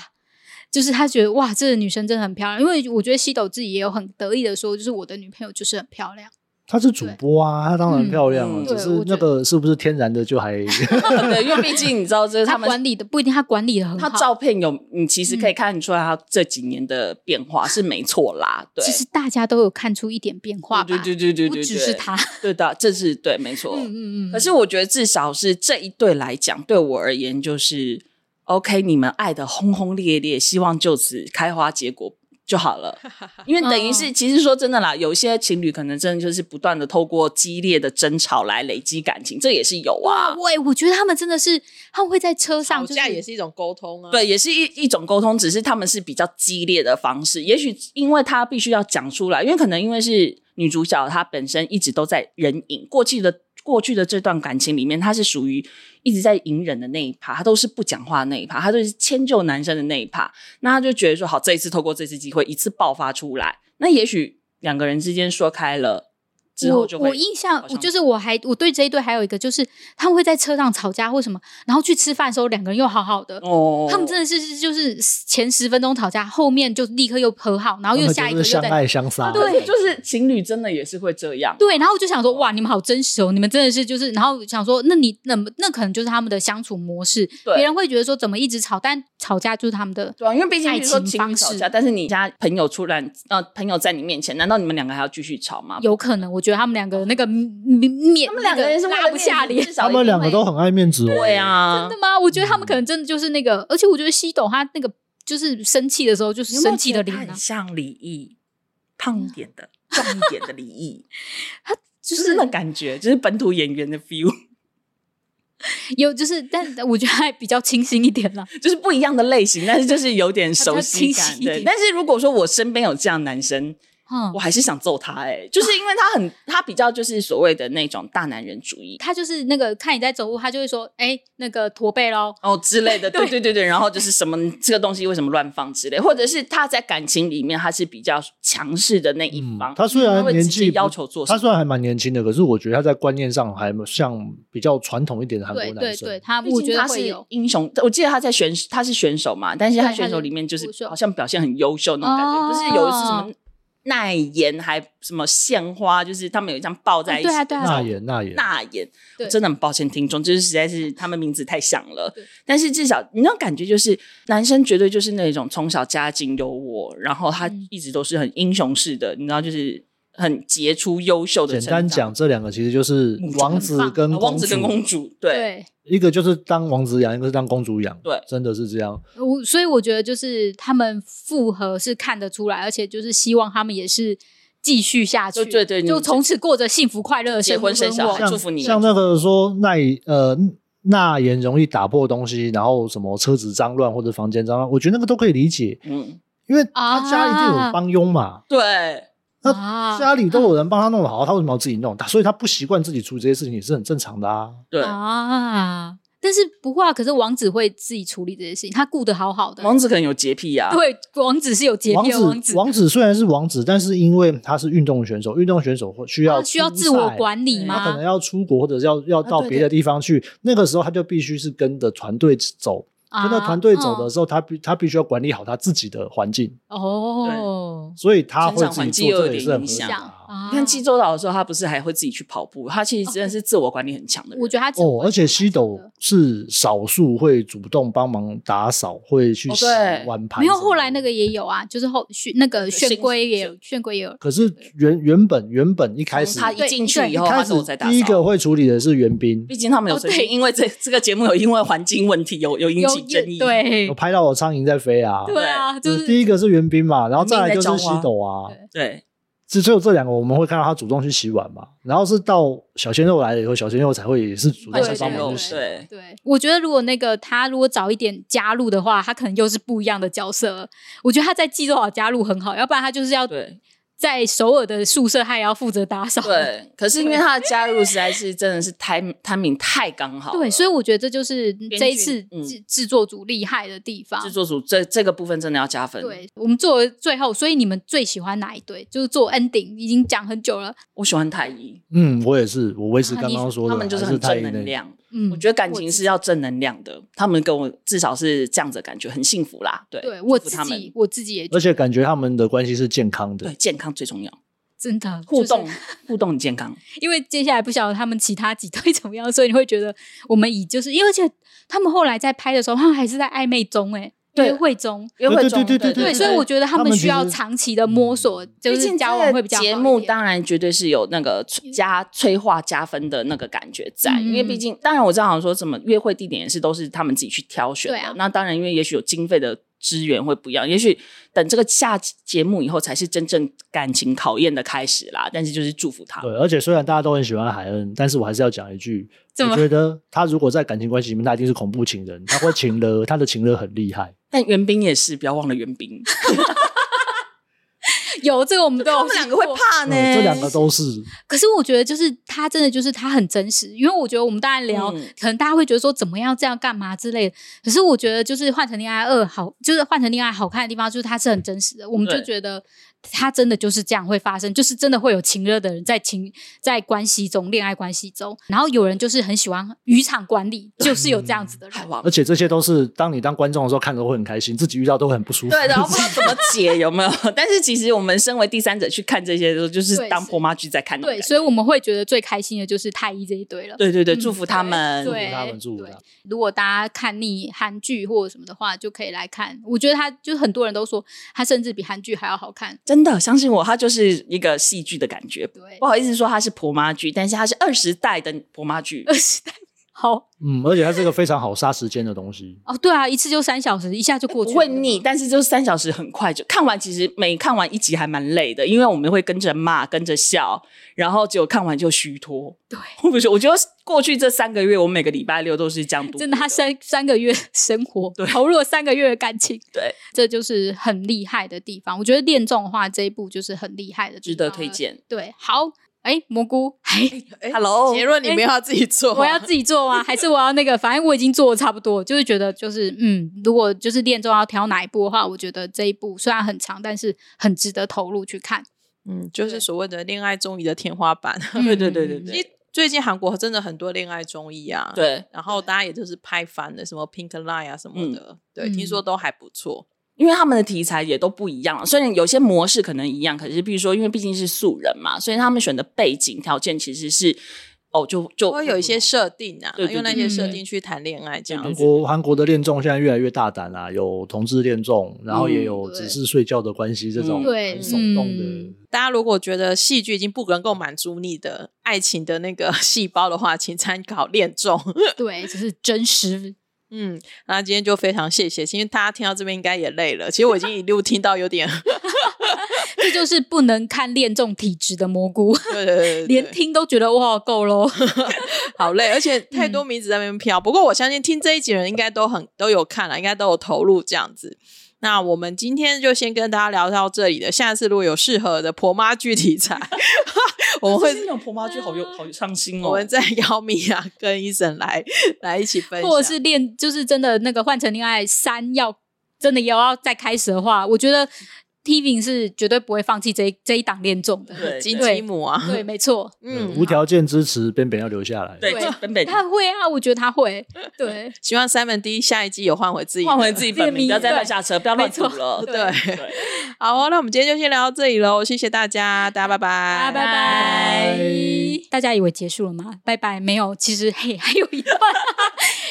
就是他觉得哇，这个女生真的很漂亮。因为我觉得西斗自己也有很得意的说，就是我的女朋友就是很漂亮。她是主播啊，她当然漂亮了嗯，只对是我觉那得个是不是天然的 就还 对，因为毕竟你知道，这是她他们管理的不一定，她管理的很他好。照片有，你其实可以看出来他这几年的变化是没错啦，对，其实大家都有看出一点变化吧，对对对对对不对，只是她。对的，这是对，没错。嗯嗯嗯。可是我觉得至少是这一对来讲，对我而言就是 OK，你们爱的轰轰烈烈，希望就此开花结果就好了。因为等于是，其实说真的啦，有一些情侣可能真的就是不断的透过激烈的争吵来累积感情，这也是有啊。嗯喂，我觉得他们真的是，他们会在车上吵就架也是是一种沟通啊。对，也是一一种沟通，只是他们是比较激烈的方式。也许因为他必须要讲出来，因为可能因为是女主角，她本身一直都在忍隐过去的过去的这段感情里面，她是属于一直在隐忍的那一趴，她都是不讲话的那一趴，她都是迁就男生的那一趴。那她就觉得说，好，这一次透过这次机会一次爆发出来，那也许两个人之间说开了之后我就会我印象好像就是我还我对这一对还有一个就是他们会在车上吵架或什么，然后去吃饭的时候两个人又好好的，哦，他们真的是就是前十分钟吵架，后面就立刻又和好，然后哦又 他们下一就个是又相在。爱相杀，对就是情侣真的也是会这样，对，然后我就想说，哇，你们好真实哦！你们真的是就是，然后想说，那你那那可能就是他们的相处模式，对别人会觉得说怎么一直吵，但吵架就是他们的对啊，因为毕竟爱比如说情情侣方吵式架，但是你家朋友突然呃朋友在你面前，难道你们两个还要继续吵吗？有可能，我觉得他们两个那个啊面，他们两个人是为了拉不下面脸子，至少他们两个都一定很爱面子会哦。对啊真的，吗？我觉得他们可能真的就是那个，而且我觉得西斗他那个就是生气的时候就是你有没有生气的觉得脸他啊很，像李毅，胖一点的。壮一点的李 毅，就就是是那感觉，就是本土演员的 feel， 有就是，但我觉得还比较清新一点 啦。就是不一样的类型，但是就是有点熟悉他比较清感。晰一对，点但是如果说我身边有这样的男生，嗯我，还是想揍他哎、就是因为他很，他比较就是所谓的那种大男人主义他就是那个看你在走路，他就会说：“哎、那个驼背喽。哦之类 的，对对对对对，然后就是什么这个东西为什么乱放之类，或者是他在感情里面他是比较强势的那一嗯方，，他虽他然会年直接纪不要求做什他么，虽然还蛮年轻的，可是我觉得他在观念上还像比较传统一点的”韩国对男生。对对，他毕我竟觉得他会是有英雄，我记得他在选他是选手嘛，但是他对选手他是里面就是优秀好像表现很优秀那种感觉，哦不是有一次什么耐言还什么献花，就是他们有一张抱在一起哦对啊的对啊那那种也那也那言，对我真的很抱歉，听众，就是实在是他们名字太像了对。但是至少你那种感觉就是，男生绝对就是那种从小家境优渥，然后他嗯一直都是很英雄式的，你知道，就是很杰出、优秀的简成长。单讲，这两个其实就是母猪王子跟呃王子跟主，公主，对，对一个就是当王子养，一个是当公主养。对真的是这样。我，所以我觉得就是他们复合是看得出来，而且就是希望他们也是继续下去，对对对你就从此过着幸福快乐的结生活婚生小孩生活祝福你像那个说那呃那言容易打破东西，然后什么车子脏乱或者房间脏乱，我觉得那个都可以理解，嗯，因为啊他家一定有帮佣嘛。对，啊家里都有人帮他弄得好，他为什么要自己弄？所以他不习惯自己处理这些事情也是很正常的啊。对。啊，但是不会啊，可是王子会自己处理这些事情，他顾得好好的。王子可能有洁癖啊，对，王子是有洁癖的王王子子，王子虽然是王子，但是因为他是运动选手，运动选手会需要他啊需要出自我赛管理嗯他可能吗？要出国或者要要到啊对别的地方去，那个时候他就必须是跟着团队走。啊跟着团队嗯走的时候，他必他必须要管理好他自己的环境，啊哦，所以他会成长自环己境做，又这也有是很点影合理响的想啊。啊你看济州岛的时候，他不是还会自己去跑步，他其实真的是自我管理很强的人。我觉得他自我哦，管而理且蛮西斗强的是少数会主动帮忙打扫，会去哦洗对碗盘。没有后来那个，也有啊，就是后炫那个新炫龟也有，炫龟也有，可是原原本原本一开始从他一对进去对以一后，开他始都有在打扫。第一个会处理的是袁斌，毕竟他们有哦曾经、对因为这这个节目有因为环境问题有有引有起争议，有，对有拍到我苍蝇在飞啊。对啊，就第是一个是袁斌嘛，然后再来就袁是冰在浇西花斗啊。对对只只有这两个我们会看到他主动去洗碗嘛，然后是到小鲜肉来了以后，小鲜肉才会也是主动换小对去帮鲜忙肉去，洗。对对。我觉得如果那个他如果早一点加入的话，他可能又是不一样的角色了。我觉得他在济州岛加入很好，要不然他就是要 对在首尔的宿舍，他也要负责打扫。对。可是因为他的加入实在是真的是 time timing 太刚好了，对，所以我觉得这就是编这一剧次嗯制制作组厉害的地方制。作组这这个部分真的要加分。，对，我们作为最后，所以你们最喜欢哪一对？就是做 ending 已经讲很久了，我喜欢太医，嗯，我也是，我维持啊刚你刚说的，他们就是还是很太正那能。量。嗯，我觉得感情自是要正能量的，他们跟我至少是这样子的感觉，很幸福啦。对，对祝我福自他己们，我自己也而且感觉他们的关系是健康对的，健康最重要，真的互就是动互动很健康。因为接下来不晓得他们其他几对 怎么样，所以你会觉得我们以就是，因为而且他们后来在拍的时候，他们还是在暧昧中、欸，对约会中，约会呃对对中对对对对，所以我觉得他他们们需要其实长期的摸索，就嗯毕是竟交这往个会比较好一节点目当然绝对是有那个催加催化加分的那个感觉在，嗯因为毕竟当然我知道好像说什么约会地点也是都是他们自己去挑选的，对啊那当然因为也许有经费的。资源会不一样，也许等这个下节目以后才是真正感情考验的开始啦。但是就是祝福他，对。而且虽然大家都很喜欢海恩，但是我还是要讲一句，怎我么觉得他如果在感情关系里面，他一定是恐怖情人，他会情勒，他的情勒很 厉害。但袁冰也是，不要忘了袁冰，有这个我们都有他们两个会 听过怕嗯呢。这两个都是可是我觉得，就是他真的就是他很真实，因为我觉得我们当然聊，嗯可能大家会觉得说怎么样这样干嘛之类的。可是我觉得，就是《换成恋爱二》好，就是《换成恋爱》好看的地方，就是它是很真实的。我们就对觉得它真的就是这样会发生，就是真的会有情热的人在情在关系中、恋爱关系中，然后有人就是很喜欢渔场管理，就是有这样子的人。哇而且这些都是当你当观众的时候看的会很开心，自己遇到都会很不舒服。对的，我不知道怎么解，有没有？但是其实我们身为第三者去看这些的时候，就是对当是婆妈剧在看那种对，感觉。所以我们会觉得最开心的就是太医这一对了。对对对，嗯祝福他们。对，他们祝福他对如果大家看腻韩剧或者什么的话，就可以来看。我觉得他就是很多人都说，他甚至比韩剧还要好看。真的相信我，它就是一个戏剧的感觉。对不，好意 思说它是婆妈剧，但是它是二十代的婆妈剧。好 嗯，而且它是个非常好杀时间的东西。哦，对啊，一次就三小时，一下就过去不了，会腻，但是就是三小时很快就看完。其实每看完一集还蛮累的，因为我们会跟着骂、跟着笑，然后结果看完就虚脱。对，我不是，我觉得过去这三个月，我每个礼拜六都是这样度过。真的，他三三个月生活对投入了三个月的感情，对，这就是很厉害的地方。我觉得恋综的话，这一部就是很厉害的，值得推。荐。对，好，哎，蘑菇， 哎， Hello，结论你们要自己做，啊我要自己做吗？还是我要那个？ 反正我已经做的差不多，就是觉得就是嗯，如果就是恋综要挑哪一部的话，我觉得这一部虽然很长，但是很值得投入去看。嗯，就是对所谓的恋爱综艺的天花板。 对对对对 其对实最近韩国真的很多恋爱综艺啊，，对，然后大家也就是拍翻了什么 Pink Line 啊什么的，对，嗯听说都还不错。因为他们的题材也都不一样，虽然有些模式可能一样，可是比如说，因为毕竟是素人嘛，所以他们选的背景条件其实是哦，就就会有一些设定啊，对对对用那些设定去谈恋爱这样韩子。国韩国的恋综现在越来越大胆啦、啊有同志恋综，然后也有嗯对只是睡觉的关系这嗯种对很耸动的。嗯大家如果觉得戏剧已经不能够满足你的爱情的那个 细胞的话，请参考恋综。 对，这是真实。嗯，那今天就非常谢谢，因为大家听到这边应该也累了。其实我已经一路听到有点， 这就是不能看恋综体质的蘑菇， 对对对对对连听嗯都觉得哇够 喽。好累，而且太多名字在那边飘。不过我相信听这一集的人应该都很都有看了，应该都有投入这样子。那我们今天就先跟大家聊到这里了。下次如果有适合的婆妈剧题材， 我们是会那种婆妈剧好有啊好伤心哦。我们再邀米娅跟医生来来一起分享，或者是恋，就是真的那个换成恋爱三要真的也要再开始的话，我觉得 t v i n 是绝对不会放弃这一这一档恋综 的。对金对鸡母啊，对，没错，嗯， 嗯无。条件支持边边要留下来。对对这本本他会啊，我觉得他会。对，希望 Simon D 下一季有换回自己的，换回自己本名，不这个要名再乱下车，不要乱吐了。没错对。对。好哦，那我们今天就先聊到这里喽，谢谢大家，大家拜啊，拜，拜拜拜！大家以为结束了吗？拜拜，没有，其实嘿还有一段，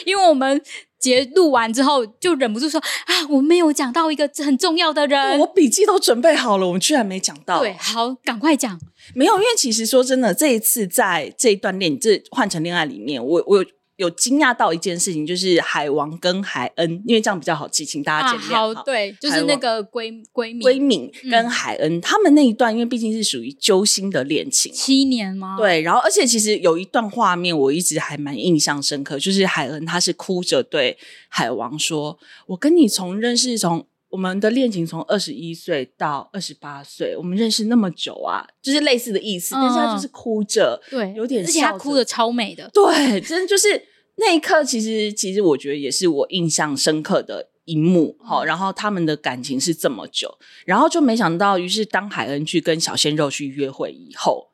因为我们节录完之后就忍不住说啊，我没有讲到一个很重要的人我。笔记都准备好了，我们居然没讲到。呃对，，好，赶快讲。没有，因为其实说真的，这一次在这一段恋这换成恋爱里面，我我有有惊讶到一件事情，就是海王跟海恩，因为这样比较好记，请大家啊，见谅。好，对，就是那个闺闺蜜，闺敏跟嗯海恩、他们那一段，因为毕竟是属于揪心的恋情。七年吗？，对，然后而且其实有一段画面我一直还蛮印象深刻，就是海恩她是哭着对海王说：“我跟你从认识从我们的恋情从二十一岁到二十八岁，我们认识那么久啊，就是类似的意思。”但是她嗯就是哭着，对，有点而且她笑着哭的超美的，对，真的就是那一刻，其实其实我觉得也是我印象深刻的一幕。好、嗯然后他们的感情是这么久，然后就没想到，于是当海恩去跟小鲜肉去约会以后，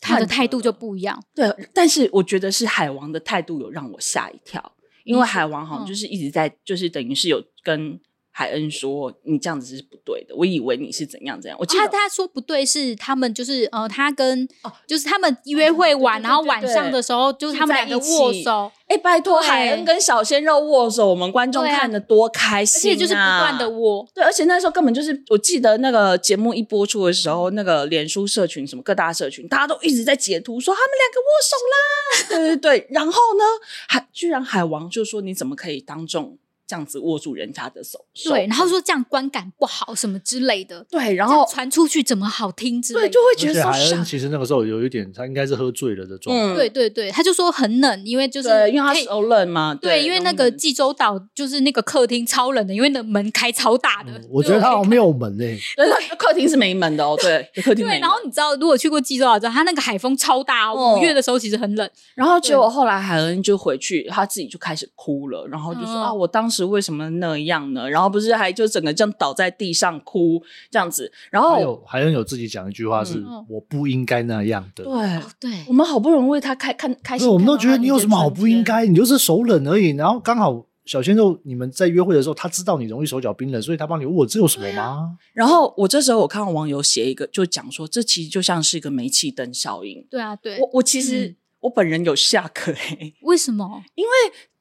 她的换态度了就不一样。对，但是我觉得是海王的态度有让我吓一跳，因为你说海王好像嗯就是一直在，就是等于是有跟海恩说你这样子是不对的，我以为你是怎样怎样，我记得他他说不对，是他们就是呃，他跟、就是他们约会完，对对对然后对晚对上的时候就是他们两个握手，哎、拜托海恩对跟小鲜肉握手，我们观众对啊看的多开而心、啊，且就是不断的握。对，而且那时候根本就是，我记得那个节目一播出的时候，那个脸书社群什么各大社群，大家都一直在截图说他们两个握手啦， 对对对。然后呢，海居然海王就说你怎么可以当众这样子握住人家的手？手对，然后说这样观感不好什么之类的，对，然这样后传出去怎么好听之类对的就。会觉而得且受海恩伤，其实那个时候有一点，他应该是喝醉了的状态。嗯对对对，他就说很冷，因为就是对，因为他可以手冷嘛，对，因为那个 容易济州岛就是那个客厅超冷的，因为那门开超大嗯的。嗯我觉得他好像没有门欸诶、对，他客厅是没门的哦， 对，客厅没门对，然后你知道，如果去过济州岛，知道它那个海风超大哦，哦五月的时候其实很冷。然后结果后来海恩就回去，他自己就开始哭了，然后就说、嗯啊，我当时为什么那样呢？然后不是还就整个这样倒在地上哭这样子，然还后有还有自己讲一句话是嗯我不应该那样的。哦对，哦，对我，们好不容易为他开看开对，心，我们都看到觉得他你那有些什么好瞬不应间？该？你就是熟人而已。然后刚好小鲜肉，你们在约会的时候，他知道你容易手脚冰冷，所以他帮你问我这有什 么吗？然后我这时候我看到网友写一个，就讲说这其实就像是一个煤气灯效应。对啊，对我，我其实、嗯我本人有 下课、欸，为什么？因为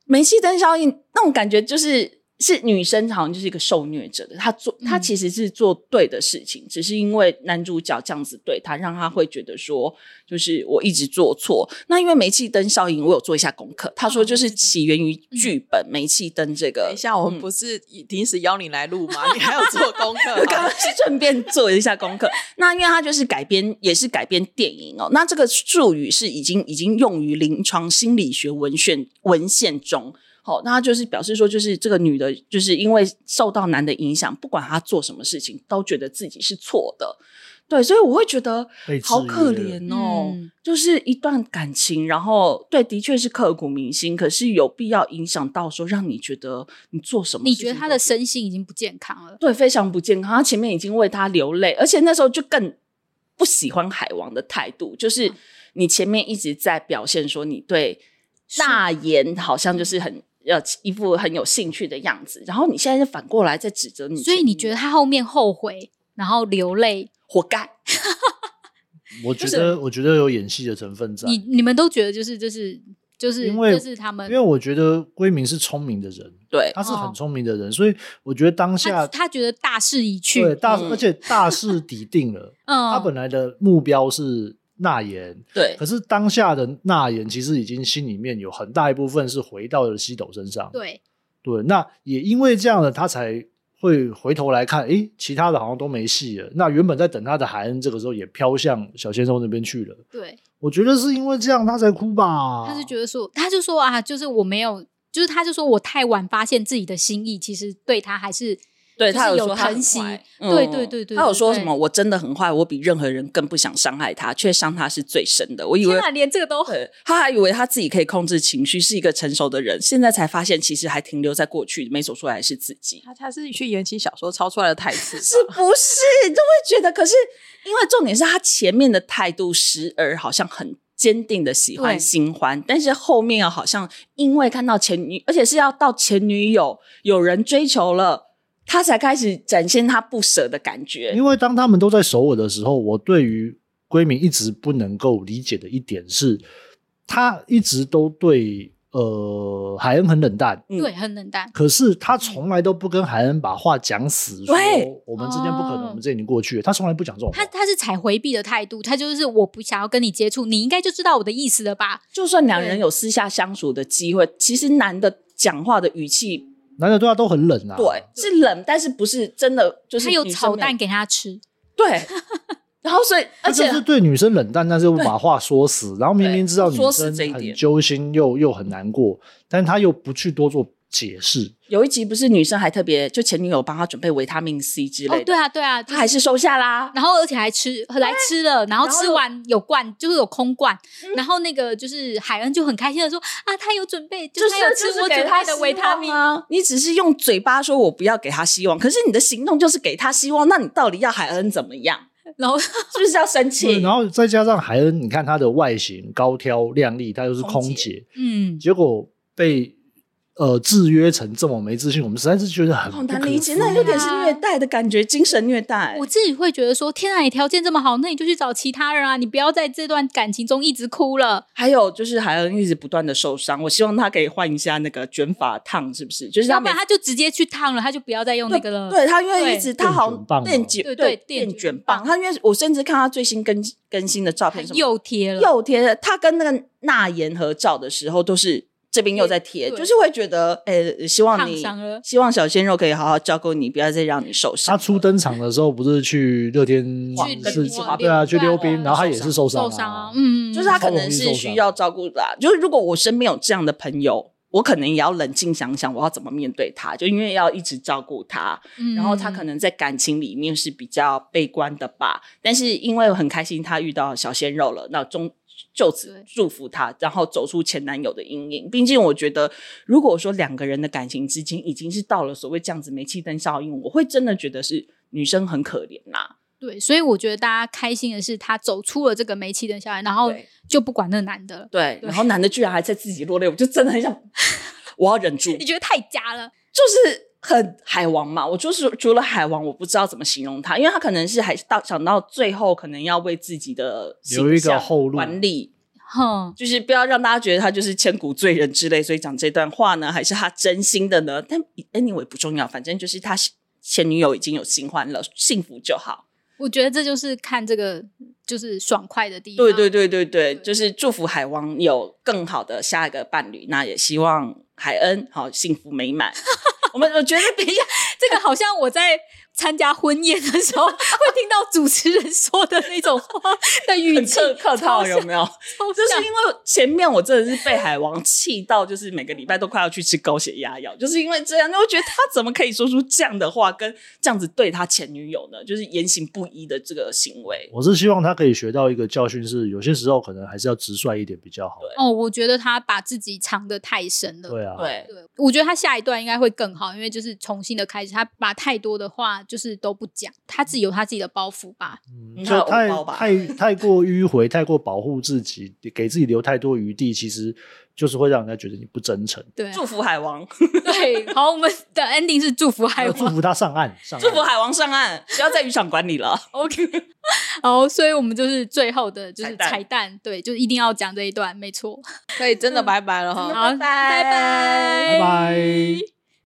煤气灯效应那种感觉就是。是女生好像就是一个受虐者的，她做她嗯其实是做对的事情，只是因为男主角这样子对她，让她会觉得说，就是我一直做错。那因为煤气灯效应，我有做一下功课，他说哦就我是知道起源于剧本煤气灯这个。等一下，我嗯们不是临时邀你来录吗？你还有做功课？啊我刚刚是顺便做一下功课。那因为它就是改编，也是改编电影哦。那这个术语是已经已经用于临床心理学文献文献中。好、那它就是表示说，就是这个女的，就是因为受到男的影响，不管她做什么事情，都觉得自己是错的。对，所以我会觉得被好制约可了怜哦。嗯就是一段感情，然后对，的确是刻骨铭心，可是有必要影响到说，让你觉得你做什么你事情都是，觉得他的身心已经不健康了？对，非常不健康。他前面已经为他流泪，而且那时候就更不喜欢海王的态度，就是嗯你前面一直在表现说你对大言好像就是很呃一副很有兴趣的样子，然后你现在就反过来在指责你前面，所以你觉得他后面后悔，然后流泪，活该？我觉就得，我觉得有演戏的成分在，啊你因你们都觉得就是就是就是因为就是他们为我觉得龟明是聪明的人，对，他是哦很聪明的人，所以我觉得当他下他觉得大势已去，对大，嗯而且大势已 定了，嗯，他本来的目标是纳言，对可，是当下的纳言其实已经心里面有很大一部分是回到了西斗身上，对对，那也因为这样呢，他才会回头来看，诶，其他的好像都没戏了。那原本在等他的海恩，这个时候也飘向小鲜肉那边去了。对，我觉得是因为这样他才哭哦吧，他是觉得说，他就说啊，就是我没有，就是他就说我太晚发现自己的心意，其实对他还是对就他是有说有他很疼惜坏，对嗯对对对，他有说对什么？？我真的很坏，我比任何人更不想伤害他，却伤他是最深的。我以天为哪，连这个都对，他还以为他自己可以控制情绪，是一个成熟的人，现在才发现其实还停留在过去，没走出来是自己，他他是去言情小说抄出来的台词吧，是不是？就会觉得，可是因为重点是他前面的态度时而好像很。坚定的喜欢对新欢，但是后面啊，好像因为看到前女，而且是要到前女友有人追求了，他才开始展现他不舍的感觉。因为当他们都在守我的时候，我对于闺蜜一直不能够理解的一点是，他一直都对呃海恩很冷淡。嗯对，很冷淡，可是他从来都不跟海恩把话讲嗯死，说对我们之间不可能，哦我们之间已经过去了。他从来不讲这种话。他他是采回避的态度，他就是我不想要跟你接触，你应该就知道我的意思了吧？就算两人对有私下相处的机会，其实男的讲话的语气男的对他都很冷啊。对，是冷，但是不是真的，就是他有女生炒没蛋给他吃，对，然后所以他而就且是对女生冷淡，但是又把话说死，然后明明知道女说死生这一很点揪心又又很难过，但他又不去多做解释。有一集不是女生还特别就前女友帮她准备维他命 C 之类哦的，，对啊对啊，她还是收下啦。然后而且还吃来吃了，然后然后吃又嗯完有罐，就是有空罐，然后那个就是海恩就很开心的说啊，他有准备，就是他有吃就是我准给她备的维他命希，望啊，你只是用嘴巴说我不要给她希望，可是你的行动就是给她希望，那你到底要海恩怎么样？然后是不是要生气对，？然后再加上海恩，你看她的外形高挑靓丽，她又是空空姐，嗯，结果被呃制约成这么没自信，我们实在是觉得很好不哦难可理解，思那议有点是虐待的感觉，精神虐待我。自己会觉得说，天啊，你条件这么好，那你就去找其他人啊，你不要在这段感情中一直哭了。还有就是海恩一直不断的受伤，我希望她可以换一下那个卷发烫，是不是？就是要她不每然他就直接去烫了，他就不要再用那个了。对他因为一对直他好像电卷棒哦电卷对对电电卷卷棒棒，他因为我甚至看他最新更更新的照片什么又贴了，又贴了，他跟那个纳言合照的时候都是。这边又在贴，对就是会觉得，诶、希望烫你伤了，希望小鲜肉可以好好照顾你，不要再让你受她伤。初登场的时候不是去乐天是滑冰对啊，去溜对冰，啊然后她也是受受伤伤啊啊，。嗯，就是他可超容能易是受需伤要照顾的啊、就是如果我身边有这样的朋友，我可能也要冷静想想，我要怎么面对他，就因为要一直照顾他，嗯然后他可能在感情里面是比较悲观的吧，但是因为我很开心他遇到小鲜肉了，那中就对此祝福他，然后走出前男友的阴影。毕竟我觉得，如果说两个人的感情之间已经是到了所谓这样子煤气灯效应，我会真的觉得是女生很可怜啦、对，所以我觉得大家开心的是，他走出了这个煤气灯效应，然后对就不管那男的了。对，然后男的居然还在自己落泪，我就真的很想， 我要忍住，你觉得太假了？就是很海王嘛，我就是除了海王，我不知道怎么形容他，因为他可能是还到想到最后，可能要为自己的留一个形象后路管理，哼，就是不要让大家觉得他就是千古罪人之类，所以讲这段话呢，还是他真心的呢？但 anyway 不重要，反正就是他前女友已经有新欢了，幸福就好。我觉得这就是看这个就是爽快的地方。对对对对对，对就是祝福海王有更好的下一个伴侣，那也希望海恩好幸福美 满。我们我觉得比这个好像我在参加婚宴的 时候会听到主持人说的那种话的语很气，客客套超有没有？超 就是像因为前面我真的是被海王气到，就是每个礼拜都快要去吃高血压药，就是因为这样，那我觉得他怎么可以说出这样的话，跟这样子对他前女友呢？就是言行不一的这个行为。我是希望他可以学到一个教训是，有些时候可能还是要直率一点比较好。对哦，我觉得他把自己藏得太深了。对啊，对，对，我觉得他下一段应该会更好，因为就是重新的开始，他把太多的话就是都不讲，他自己有他自己的包袱吧。嗯你就看太欧包吧太太过迂回，太过保护自己，给自己留太多余地，其实就是会让人家觉得你不真诚。对啊，祝福海王，对，好，我们的 ending 是祝福海要王，祝福他上岸，上祝福岸。海王上岸，不要再渔场管理了。 OK，好，所以我们就是最后的就是彩蛋彩蛋，对，就一定要讲这一段，没错。所以真的拜拜了哈。好，拜拜，拜拜。